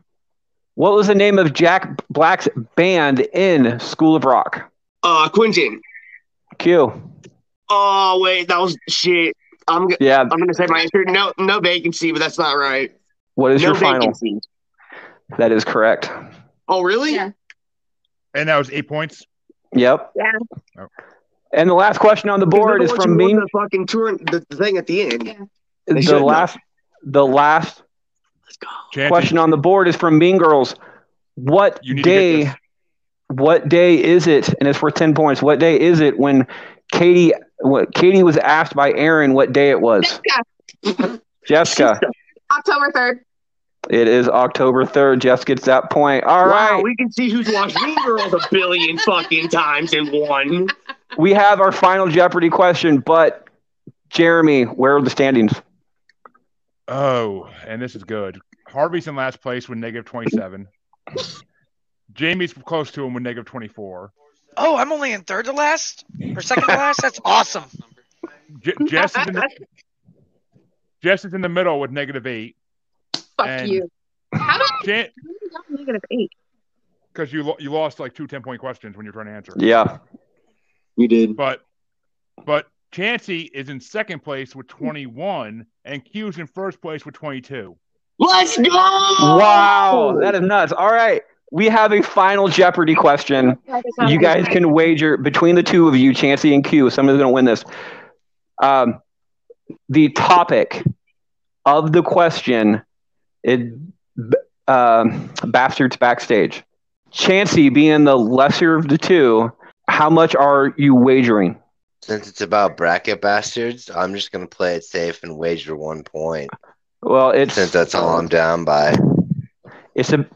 [SPEAKER 1] What was the name of Jack Black's band in School of Rock?
[SPEAKER 6] Uh, Quentin.
[SPEAKER 1] Q.
[SPEAKER 6] Oh wait, that was shit. I'm g-
[SPEAKER 1] Yeah.
[SPEAKER 6] I'm gonna say my answer. No, no vacancy, but that's not right.
[SPEAKER 1] What is
[SPEAKER 6] no
[SPEAKER 1] your final?
[SPEAKER 6] vacancy.
[SPEAKER 1] That is correct.
[SPEAKER 6] Oh really?
[SPEAKER 7] Yeah.
[SPEAKER 4] And that was eight points.
[SPEAKER 1] Yep. Oh.
[SPEAKER 7] Yeah.
[SPEAKER 1] And the last question on the board is
[SPEAKER 6] Remember when
[SPEAKER 1] from
[SPEAKER 6] you won
[SPEAKER 1] Bean.
[SPEAKER 6] The fucking tour, the the thing at the end.
[SPEAKER 7] Yeah.
[SPEAKER 6] They
[SPEAKER 1] The
[SPEAKER 6] should know.
[SPEAKER 1] last, the last
[SPEAKER 6] Let's go.
[SPEAKER 4] Chances,
[SPEAKER 1] question on the board is from Mean Girls. What
[SPEAKER 4] You need to get
[SPEAKER 1] day?
[SPEAKER 4] this.
[SPEAKER 1] What day is it? And it's worth ten points. What day is it when Katie? What Katie was asked by Aaron what day it was?
[SPEAKER 7] Yeah.
[SPEAKER 1] Jessica.
[SPEAKER 7] October third.
[SPEAKER 1] It is October third. Jess gets that point. All right.
[SPEAKER 6] Wow, we can see who's watched Mean Girls a billion fucking times and won.
[SPEAKER 1] we have our final Jeopardy question, but Jeremy, where are the standings?
[SPEAKER 4] Oh, and this is good. Harvey's in last place with negative 27. Jamie's close to him with negative 24.
[SPEAKER 5] Oh, I'm only in third to last or second to last. That's awesome.
[SPEAKER 4] J- Jess, is in the, Jess is in the middle with negative eight.
[SPEAKER 7] Fuck
[SPEAKER 4] And-
[SPEAKER 7] you. How do
[SPEAKER 4] Jan-
[SPEAKER 7] I negative eight?
[SPEAKER 4] because you lo- you lost like two 10 point questions when you're trying to answer.
[SPEAKER 1] Yeah.
[SPEAKER 6] You did.
[SPEAKER 4] But but Chansey is in second place with 21 and Q's in first place with 22.
[SPEAKER 6] Let's go!
[SPEAKER 1] Wow, that is nuts. All right. We have a final Jeopardy question. You guys can wager between the two of you, Chansey and Q, somebody's going to win this. Um, the topic of the question is b- um, Bastards Backstage. Chansey being the lesser of the two, how much are you wagering?
[SPEAKER 2] Since it's about bracket bastards, I'm just gonna play it safe and wager one point.
[SPEAKER 1] Well, it's
[SPEAKER 2] Since that's all I'm down by.
[SPEAKER 1] It's a,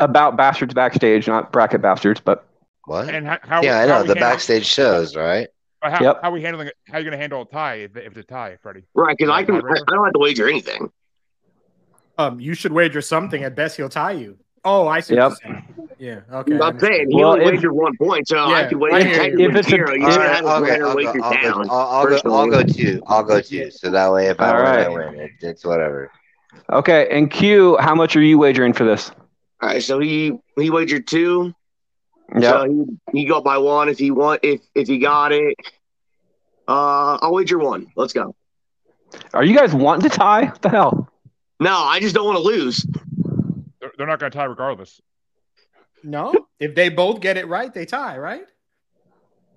[SPEAKER 1] about bastards backstage, not bracket bastards, but
[SPEAKER 2] What?
[SPEAKER 4] And how, how
[SPEAKER 2] yeah, I
[SPEAKER 4] how
[SPEAKER 2] know
[SPEAKER 4] we
[SPEAKER 2] the
[SPEAKER 4] handle-
[SPEAKER 2] backstage shows, right?
[SPEAKER 4] How,
[SPEAKER 1] Yep.
[SPEAKER 4] how are we handling it? How are you going to handle a tie if, if it's a tie, Freddie?
[SPEAKER 6] Right, because I can. I, I don't have to wager anything.
[SPEAKER 3] Um, you should wager something. At best, he'll tie you. Oh, I see. what
[SPEAKER 1] Yep.
[SPEAKER 3] you're saying. Yeah. Okay. I
[SPEAKER 6] I'm saying he
[SPEAKER 1] Well,
[SPEAKER 6] only
[SPEAKER 1] if-
[SPEAKER 6] wagered one point, so I
[SPEAKER 3] Yeah,
[SPEAKER 6] could
[SPEAKER 3] I
[SPEAKER 6] wager
[SPEAKER 3] hear you.
[SPEAKER 6] technically
[SPEAKER 1] If it's a-
[SPEAKER 6] zero. You
[SPEAKER 1] All
[SPEAKER 2] All
[SPEAKER 6] should
[SPEAKER 1] right,
[SPEAKER 2] right,
[SPEAKER 6] have a
[SPEAKER 2] okay,
[SPEAKER 6] winner
[SPEAKER 2] I'll go,
[SPEAKER 6] wager
[SPEAKER 2] I'll, go,
[SPEAKER 6] down.
[SPEAKER 2] I'll, I'll, go, I'll go two. I'll go two. So that way, if I
[SPEAKER 1] All
[SPEAKER 2] win, I
[SPEAKER 1] right.
[SPEAKER 2] win. It, it's whatever.
[SPEAKER 1] okay. And Q, how much are you wagering for this?
[SPEAKER 6] All right, so he he wagered two.
[SPEAKER 1] Yeah.
[SPEAKER 6] So he he got by one if he won if if he got it. Uh, I'll wager one. Let's go.
[SPEAKER 1] Are you guys wanting to tie? What the hell?
[SPEAKER 6] No, I just don't want to lose.
[SPEAKER 4] They're, they're not going to tie regardless.
[SPEAKER 3] No, if they both get it right, they tie, right?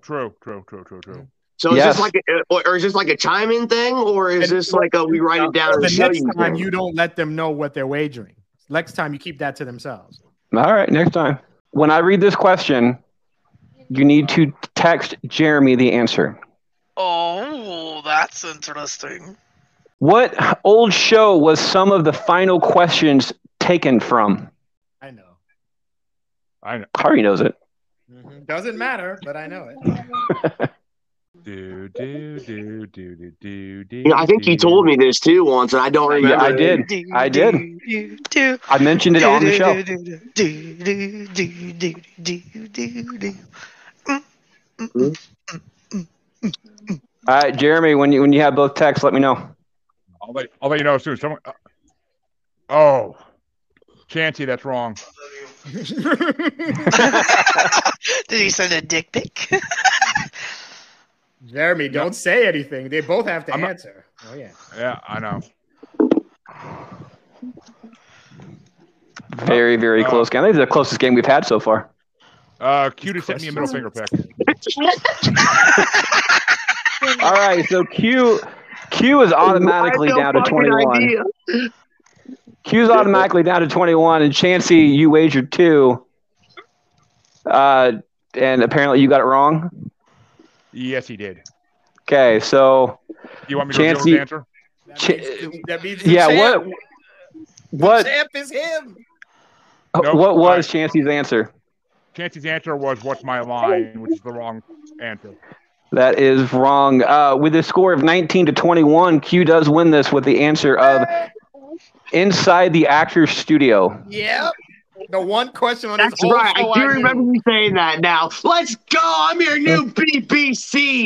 [SPEAKER 4] True, true, true, true, true.
[SPEAKER 6] So is
[SPEAKER 1] Yes.
[SPEAKER 6] this like a, or, or is this like a chime in thing, or is
[SPEAKER 3] And-
[SPEAKER 6] this like a we write it down
[SPEAKER 3] the
[SPEAKER 6] and show
[SPEAKER 3] next
[SPEAKER 6] you?
[SPEAKER 3] time
[SPEAKER 6] thing?
[SPEAKER 3] you don't let them know what they're wagering. Next time you keep that to themselves.
[SPEAKER 1] All right. Next time. When I read this question, you need to text Jeremy the answer.
[SPEAKER 5] Oh, that's interesting.
[SPEAKER 1] What old show was some of the final questions taken from?
[SPEAKER 3] I know.
[SPEAKER 4] I know,
[SPEAKER 1] Harvey knows it.
[SPEAKER 3] Doesn't matter, but I know it.
[SPEAKER 4] do do do do do do do.
[SPEAKER 6] You know, I think you told me this too once, and I don't remember.
[SPEAKER 1] Yeah, I did. I did. I mentioned it on the show. All right, Jeremy. When you when you have both texts, let me know.
[SPEAKER 4] I'll let, I'll let you know soon. Someone. uh, oh, Chansey, that's wrong.
[SPEAKER 5] Did he send a dick pic?
[SPEAKER 3] Jeremy, don't say anything. They both have to
[SPEAKER 4] I'm not-
[SPEAKER 3] answer. Oh yeah.
[SPEAKER 4] Yeah, I know.
[SPEAKER 6] Oh,
[SPEAKER 1] Very very
[SPEAKER 4] Uh,
[SPEAKER 1] close game. I think it's the closest game we've had so far.
[SPEAKER 4] Uh, Q just sent me a middle finger pick.
[SPEAKER 1] All right, so Q Q is automatically
[SPEAKER 6] I have no
[SPEAKER 1] down to
[SPEAKER 6] fucking
[SPEAKER 1] 21.
[SPEAKER 6] idea.
[SPEAKER 1] Q's automatically down to 21, and Chansey, you wagered two. Uh, and apparently you got it wrong.
[SPEAKER 4] Yes, he did.
[SPEAKER 1] Okay, so
[SPEAKER 4] You want me to reveal his
[SPEAKER 1] Chansey-
[SPEAKER 4] answer?
[SPEAKER 3] That
[SPEAKER 1] Ch-
[SPEAKER 3] means, that means the
[SPEAKER 1] yeah,
[SPEAKER 3] champ.
[SPEAKER 1] what what uh,
[SPEAKER 3] The champ is him.
[SPEAKER 4] Nope.
[SPEAKER 1] what
[SPEAKER 4] All right.
[SPEAKER 1] was Chansey's answer?
[SPEAKER 4] Chansey's answer was "What's my line," which is the wrong answer.
[SPEAKER 1] That is wrong. Uh, with a score of 19 to 21, Q does win this with the answer of inside the actor's studio.
[SPEAKER 3] Yep. The one question on
[SPEAKER 6] That's
[SPEAKER 3] this whole
[SPEAKER 6] right. I
[SPEAKER 3] show
[SPEAKER 6] do
[SPEAKER 3] knew.
[SPEAKER 6] remember you saying that now. Let's go. I'm your new BBC.